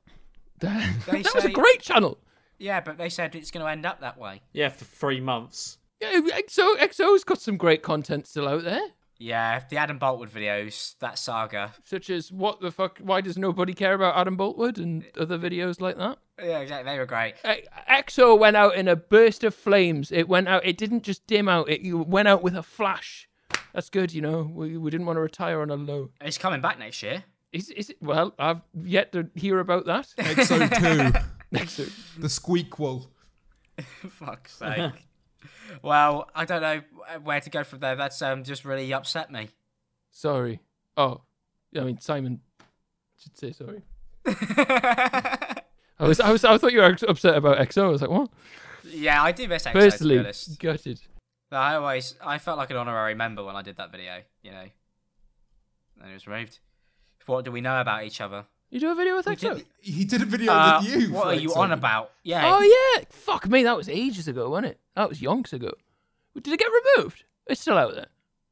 B: [laughs] that
A: They
B: was a
A: say-
B: great channel.
A: Yeah, but they said it's going to end up that way.
C: [laughs] Yeah, for three months.
B: Yeah, XO, XO's got some great content still out there,
A: Yeah, the Adam Boltwood videos, that saga.
B: such as What the Fuck? Why Does Nobody Care About Adam Boltwood and other videos like that.
A: Yeah, exactly. They were great.
B: Uh, EXO went out in a burst of flames. It went out, it didn't just dim out, it went out with a flash. That's good, you know. We, we didn't want to retire on a low.
A: It's coming back next year. [laughs]
B: Is, is it? Well, I've yet to hear about that.
D: XO2,
B: Next,
D: the squeakquel.
A: Fuck's sake.
J: [laughs]
A: well, I don't know uh, where to go from there. That's um, just really upset me. [laughs]
B: sorry. Oh, I mean Simon should say sorry. I was, I was, I thought you were upset about XO. I was like, what?
A: yeah, I do miss XO, to
B: Personally,
A: be honest.
B: gutted.
A: I always, I felt like an honorary member when I did that video, you know. And it was removed. What do we know about each other?
B: You do a video with
A: We
B: XO?
A: did-
D: He did a video
A: Uh,
D: with you.
A: what
D: for
A: are you
D: XO.
A: on about? Yeah.
B: Oh yeah, fuck me. That was ages ago, wasn't it? That was yonks ago. Did it get removed? It's still out there.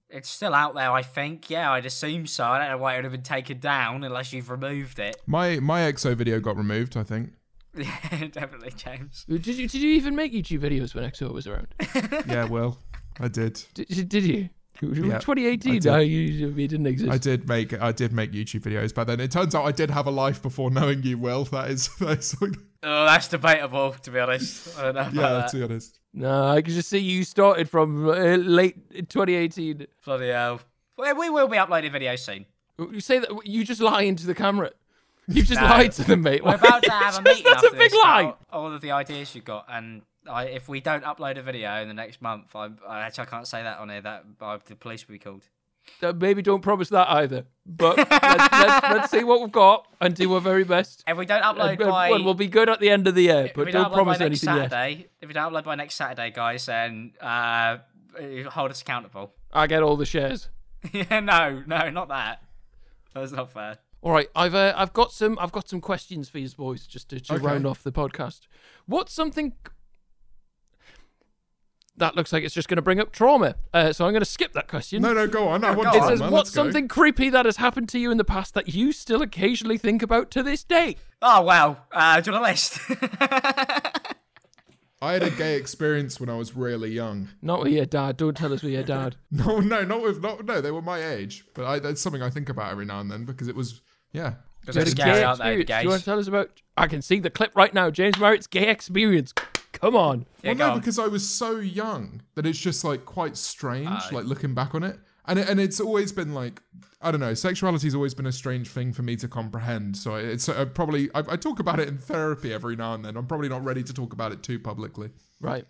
A: It's still out there, I think. Yeah, I'd assume so. I don't know why it would have been taken down unless you've removed it. [laughs]
D: My my EXO video got removed, I think.
A: Yeah, definitely, James.
B: Did you, did you even make YouTube videos when XO was around? [laughs]
D: Yeah, well, I did.
B: Did, did you? [laughs]
D: Yeah,
B: 2018.
D: I did.
B: No, you, you didn't exist.
D: I did make I did make YouTube videos back then. It turns out I did have a life before knowing you, Will. That is [laughs] that's like,
A: Oh, that's debatable, to be honest. I don't know about
D: yeah.
A: that.
D: To be honest,
B: No, I could just see you started from uh, late 2018.
A: Bloody hell. Well, we will be uploading videos soon.
B: You say that you just lie into the camera. You've just
A: No.
B: lied to them, mate.
A: We're about
B: [laughs]
A: to have a meeting
B: That's
A: after
B: a big
A: this
B: lie.
A: about all of the ideas you got, and I, if we don't upload a video in the next month, I, I actually I can't say that on here. That uh, the police will be called.
B: Uh, maybe don't promise that either. But let's, let's, let's see what we've got and do our very best.
A: If we don't upload
B: And- and
A: by,
B: Uh, we'll be good at the end of the year,
A: if
B: but
A: we
B: don't
A: upload
B: promise
A: by next
B: anything yet.
A: Saturday, if we don't upload by next Saturday, guys, then uh, hold us accountable. [laughs]
B: I get all the shares.
A: yeah, no, no, not that. That's not fair.
B: All right, I've uh, I've got some I've got some questions for you boys just to, to
D: Okay.
B: round off the podcast. What's something that looks like it's just going to bring up trauma? Uh, so I'm going to skip that question.
D: no, no, go on. I
A: go
D: want
B: It
D: drama.
B: says,
D: Let's
B: "What's
D: go.
B: something creepy that has happened to you in the past that you still occasionally think about to this day?"
A: Oh wow, uh, do you want a [laughs] list?
D: I had a gay experience when I was really young. [laughs]
B: Not with your dad. Don't tell us with
A: [laughs]
B: your dad.
D: No, no, not with not no. They were my age, but I, that's something I think about every now and then because it was yeah.
B: You had a
A: It's
B: gay
A: scary out there,
B: experience. Do you
A: guys.
B: want to tell us about? I can see the clip right now. James Merritt's gay experience. Come on.
A: Yeah,
D: well,
A: go
D: no,
A: on.
D: because I was so young that it's just like quite strange, like looking back on it. And, it, and it's always been like I don't know. Sexuality's always been a strange thing for me to comprehend. So it's uh, probably I, I talk about it in therapy every now and then. I'm probably not ready to talk about it too publicly.
B: Right.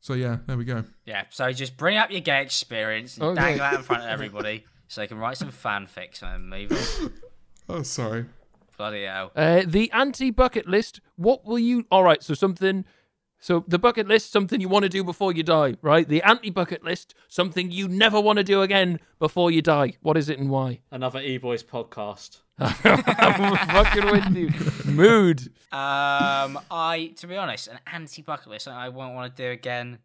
D: So yeah, there we go.
A: Yeah, so just bring up your gay experience and
B: Okay.
A: dangle that in front
B: [laughs]
A: of everybody so they can write some fanfics and move on.
D: Oh, sorry.
A: Bloody hell.
B: Uh, the anti bucket list. What will you? All right. So something. So the bucket list, something you want to do before you die, right? The anti bucket list, something you never want to do again before you die. What is it and
A: [laughs]
B: why?
C: Another E Boys podcast.
B: I'm fucking with you. Mood.
A: Um, I, to be honest, an anti bucket list I won't want to do again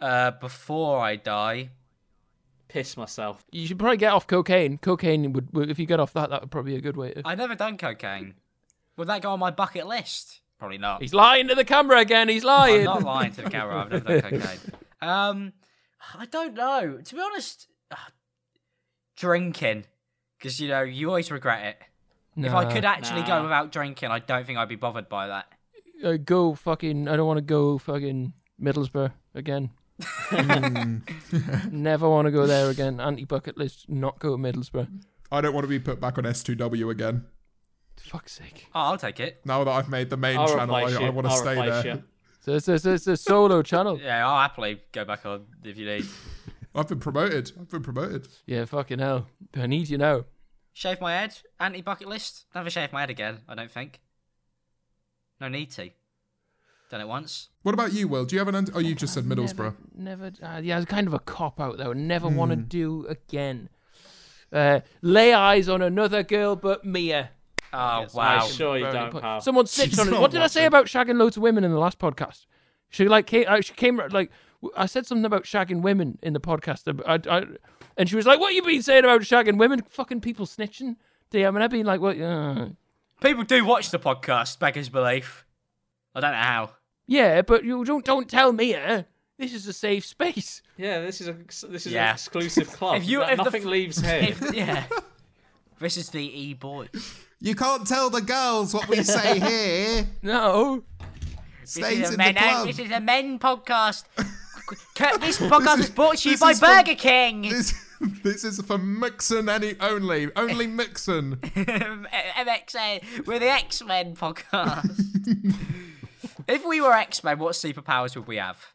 A: uh, before I die.
C: Piss myself.
B: You should probably get off cocaine. Cocaine would, would- if you get off that, that would probably be a good way. To...
A: I've never done cocaine. Would that go on my bucket list? Probably not.
B: He's lying to the camera again. He's lying.
A: I'm not lying to the camera. I've never done cocaine. Um, I don't know. To be honest, ah, drinking. Because, you know, you always regret it. If I
B: Nah.
A: could actually
C: Nah.
A: go without drinking, I don't think I'd be bothered by that.
B: uh, go fucking. I don't want to go fucking Middlesbrough again. [laughs] Never want to go there again. Anti bucket list. Not go to Middlesbrough.
D: I don't want to be put back on S2W again.
B: Fuck's sake.
A: Oh, I'll take it.
D: Now that I've made the main
C: I'll
D: channel, I,
C: replace you.
D: I want to
C: I'll
D: stay
C: replace
D: [laughs] there.
C: you.
B: So it's, it's, it's a
A: [laughs]
B: solo channel.
A: Yeah, I'll happily go back on if you need.
D: I've been promoted. I've been promoted.
B: Yeah, fucking hell. I need you now.
A: Shave my head. Anti bucket list. Never shave my head again. I don't think. No need to. Done it once.
D: What about you, Will? Do you have an? Anti- oh, you just said Middlesbrough.
B: Never. Uh, yeah, it's kind of a cop out though. Never want to do again. Uh, lay eyes on another girl but Mia.
A: Oh
B: Yes,
A: wow!
B: I should
C: Sure you
B: probably
C: don't,
B: put-
C: pal.
B: Someone sits on it.
D: not
B: What did I say
D: watching.
B: about shagging loads of women in the last podcast? She like came. uh, She came like w- I said something about shagging women in the podcast. I, I- and she was like, "What you been saying about shagging women? Fucking people snitching." DM and I've been like, "What? Uh.
A: People do watch the podcast. Beggars belief. I don't know how.
B: Yeah, but you don't don't tell me. Eh? This is a safe space. [laughs]
C: Yeah, this is a this is
A: Yeah.
C: an exclusive club.
A: If you-
C: That-
A: if the
C: nothing
A: f-
C: leaves here.
A: If- [laughs] [laughs] yeah. This is the e boy.
D: You can't tell the girls what
C: [laughs]
D: we say here.
B: No,
D: Stays
A: this is
D: in
A: a
D: the
A: men.
D: club.
A: This is a men
D: [laughs]
A: podcast. Cut- this podcast is brought to you
D: this
A: by
D: is from-
A: Burger King.
D: [laughs] This, this is for Mixon any only. Only Mixon.
A: [laughs] MXA. We're the X Men podcast. if we were X Men, what superpowers would we have?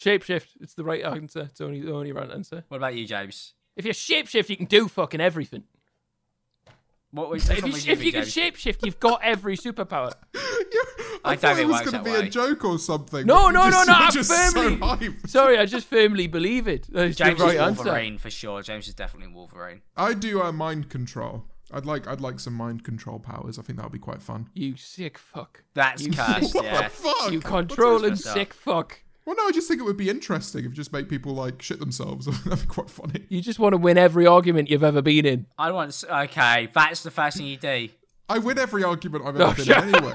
B: shapeshift. It's the right answer. It's only the only right answer.
A: What about you, James?
B: If you shapeshift, you can do fucking everything.
A: What would
B: If you, if you can shapeshift, you've got every superpower.
A: I
D: I,
A: don't
D: thought
A: think
D: it
A: it
D: was
A: works that
D: going to be
A: way.
D: a joke or something.
B: No,
D: but
B: no,
D: [laughs] you
B: no,
D: just-
B: no,
D: you're
B: I'm
D: just so
B: firmly-
D: hyped.
B: Sorry, I just firmly believe it. That's the
A: James
B: right
A: is
B: answer.
A: Wolverine for sure. James is definitely Wolverine.
D: I do uh, mind control. I'd like I'd like some mind control powers. I think that would be quite fun.
B: You sick fuck.
A: That's
B: [laughs]
A: cursed.
D: [laughs] What
A: yeah.
D: the fuck?
B: You
A: What's
B: controlling
A: this messed
B: sick
A: up?
B: fuck.
D: Well, no, I just think it would be interesting if you just make people like shit themselves. [laughs] That'd be quite funny.
B: You just want to win every argument you've ever been in.
A: I want. s- Okay, that's the first thing you do.
D: I win every argument I've ever
B: No,
D: been
B: shut-
D: in anyway.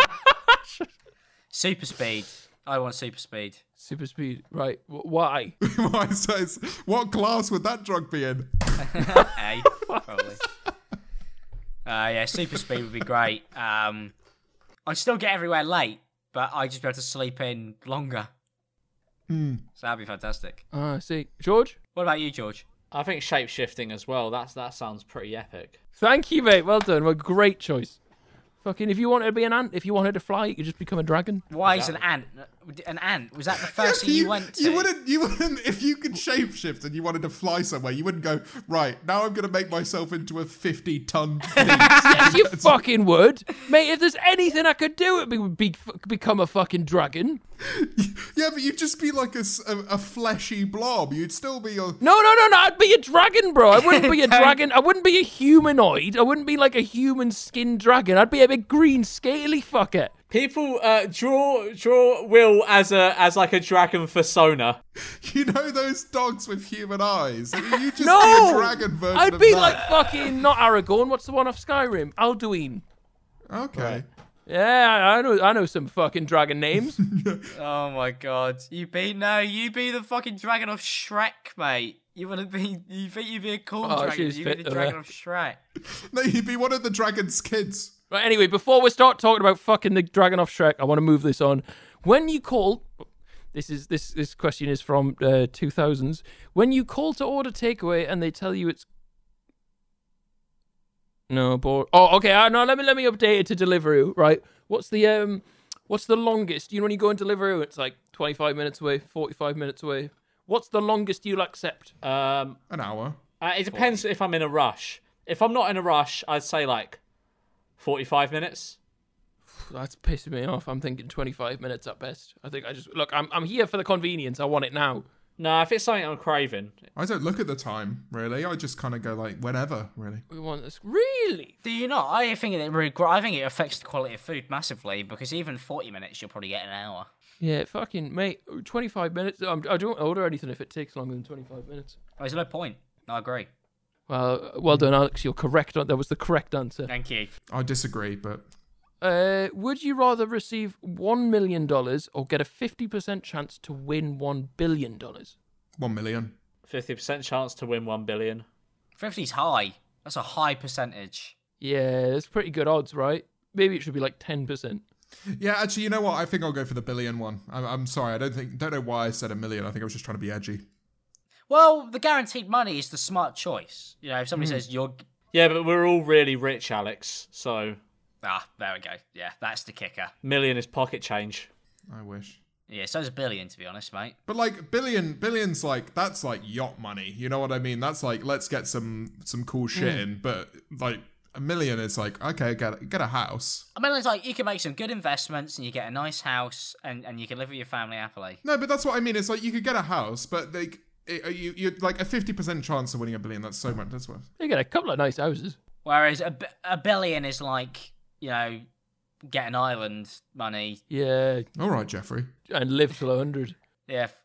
D: [laughs]
A: Super speed. I want super speed.
B: Super speed, right? W-
D: [laughs]
B: why?
D: Why says what class would that drug be in?
A: [laughs] A probably. Uh, yeah, super speed would be great. Um, I'd still get everywhere late, but I'd just be able to sleep in longer. So that'd be fantastic.
B: Ah, I see. George,
A: What about you, George?
C: I think shape shifting as well. That's that sounds pretty epic.
B: thank you, mate. Well done. Well, great choice. Fucking, if you wanted to be an ant, if you wanted to fly, you could just become a
D: [laughs]
B: dragon.
A: Why is an ant an ant? Was that the first
D: If
A: thing you went to?
D: You wouldn't. You wouldn't. If you could shapeshift and you wanted to fly somewhere, you wouldn't go right now. I'm going to make myself into
B: [laughs]
D: a fifty-ton.
B: Yes, you fucking would, mate. If there's anything I could do, it would be, f become a fucking dragon.
D: yeah, but you'd just be like a, s- a- a fleshy blob. You'd still be a.
B: No, no, no, no. I'd be a dragon, bro. I wouldn't be a dragon. I wouldn't be a humanoid. I wouldn't be like a human skinned dragon. I'd be a big green scaly fucker.
C: People uh, draw draw Will as a as like a dragon persona.
D: [laughs] You know those dogs with human eyes. I mean, you just
B: [laughs] No!
D: be a dragon version.
B: I'd
D: of
B: be
D: that.
B: like fucking not Aragorn. What's the one off Skyrim? Alduin.
D: Okay.
B: Yeah, I know. I know some fucking dragon names.
A: Oh my god. You be no, you be the fucking dragon of Shrek, mate. You wanna be you think you'd be a cool
B: Oh,
A: dragon,
B: she's
A: you be
B: fit,
A: the
B: though,
A: dragon
B: eh?
A: of Shrek.
D: No, you'd be one of the dragon's kids.
B: But anyway, before we start talking about fucking the dragon off Shrek, I want to move this on. When you call, this is this this question is from uh, 2000s. When you call to order takeaway and they tell you it's no, but oh, okay. Uh, no, let me let me update it to Deliveroo. Right, what's the um, what's the longest? You know when you go in Deliveroo, it's like 25 minutes away, 45 minutes away. What's the longest you'll accept?
C: Um,
D: An hour.
C: uh, it depends if I'm in a rush. If I'm not in a rush, I'd say like forty five minutes.
B: That's pissing me off. I'm thinking 25 minutes at best. I think I just look. I'm I'm here for the convenience. I want it now.
C: No, if it's something I'm craving,
D: I don't look at the time really. I just kind of go like whenever really.
B: We want this. Really?
A: Do you not? I think it really gr- I think it affects the quality of food massively because even forty minutes you'll probably get an hour.
B: Yeah, fucking mate. Twenty-five minutes. Um, I don't order anything if it takes longer than twenty-five minutes.
A: Oh, There's no point. I agree.
B: Well, well done, Alex. You're correct. on- That was the correct answer.
A: Thank you.
D: I disagree, but
B: Uh, would you rather receive one million dollars or get a fifty percent chance to win one billion dollars?
D: one million.
C: fifty percent chance to win one billion.
A: Fifty's high. That's a high percentage.
B: Yeah, that's pretty good odds, right? Maybe it should be like ten percent.
D: Yeah, actually, you know what? I think I'll go for the billion one. I'm, I'm sorry, I don't think, don't know why I said a million. I think I was just trying to be edgy.
A: Well, the guaranteed money is the smart choice. You know, if somebody says you're
C: Yeah, but we're all really rich, Alex. So
A: Ah, there we go. Yeah, that's the kicker.
C: million is pocket change.
D: I wish.
A: Yeah, so's a billion to be honest, mate.
D: But like billion, billions, like that's like yacht money. You know what I mean? That's like let's get some some cool shit
A: Mm.
D: in. But like a million is like okay, get get a house.
A: I mean, it's like you can make some good investments and you get a nice house and, and you can live with your family happily.
D: No, but that's what I mean. It's like you could get a house, but like it, you you like a fifty percent chance of winning a billion. That's so much. That's worth.
B: You get a couple of nice houses.
A: Whereas a, bi- a billion is like, you know, get an island money.
B: Yeah.
D: All right, Jeffrey. [laughs]
B: And live till 100.
A: Yeah. f-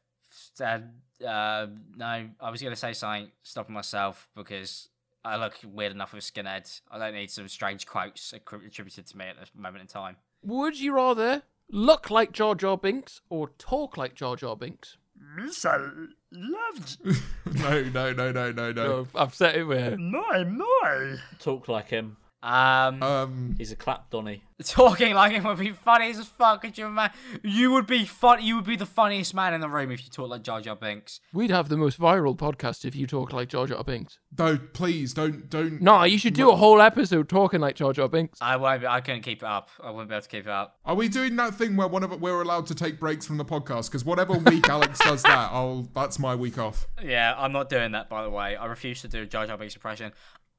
A: f- Uh, uh, no, I was going to say something, stopping myself because I look weird enough with skinheads. I don't need some strange quotes accri- attributed to me at this moment in time.
B: Would you rather look like Jar Jar Binks or talk like Jar Jar Binks?
L: Mr. Loved.
D: No, no, no, no, no, no.
B: No, I've said it where.
L: My, my.
C: Talk like him.
A: Um,
D: Oh.
C: he's a clap Donny.
A: [laughs] Talking like him would be funny as fuck. Could you imagine? You would be fun. You would be the funniest man in the room if you talked like Jar Jar Binks.
B: We'd have the most viral podcast if you talk like Jar Jar Binks.
D: No, please don't, don't.
B: No, you should do a whole episode talking like Jar Jar Binks.
A: I won't. Be, I couldn't keep it up. I wouldn't be able to keep it up.
D: Are we doing that thing where one of we're allowed to take breaks from the podcast? Because whatever week Alex does that, I'll that's my week off.
A: Yeah, I'm not doing that. By the way, I refuse to do a Jar Jar Binks impression.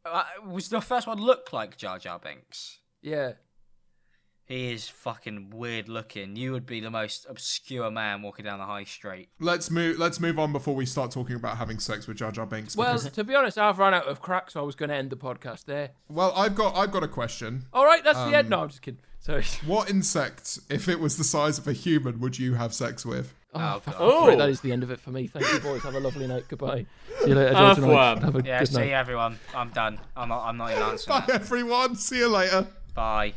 A: Uh, was the first one look like Jar Jar Binks?
B: Yeah.
A: He is fucking weird looking. You would be the most obscure man walking down the high street.
D: Let's move. Let's move on before we start talking about having sex with Jar Jar Binks.
B: Well,
D: because-
B: to be honest, I've run out of crack, so I was going to end the podcast there.
D: well, I've got I've got a question.
B: All right, that's the end.
D: Um,
B: No, I'm just kidding. Sorry.
D: What insect, if it was the size of a human, would you have sex with?
B: [laughs] Oh, for fuck's
C: Oh.
B: sake, that is the end of it for me. Thank you, boys. Have a lovely night. Goodbye. See you later, Dalton.
C: Earthworm.
B: Have a
A: Yeah,
B: good
A: see
B: night. [laughs]
A: you everyone. I'm done. I'm not. I'm not even answering.
D: Bye,
A: that.
D: everyone. See you later.
A: Bye.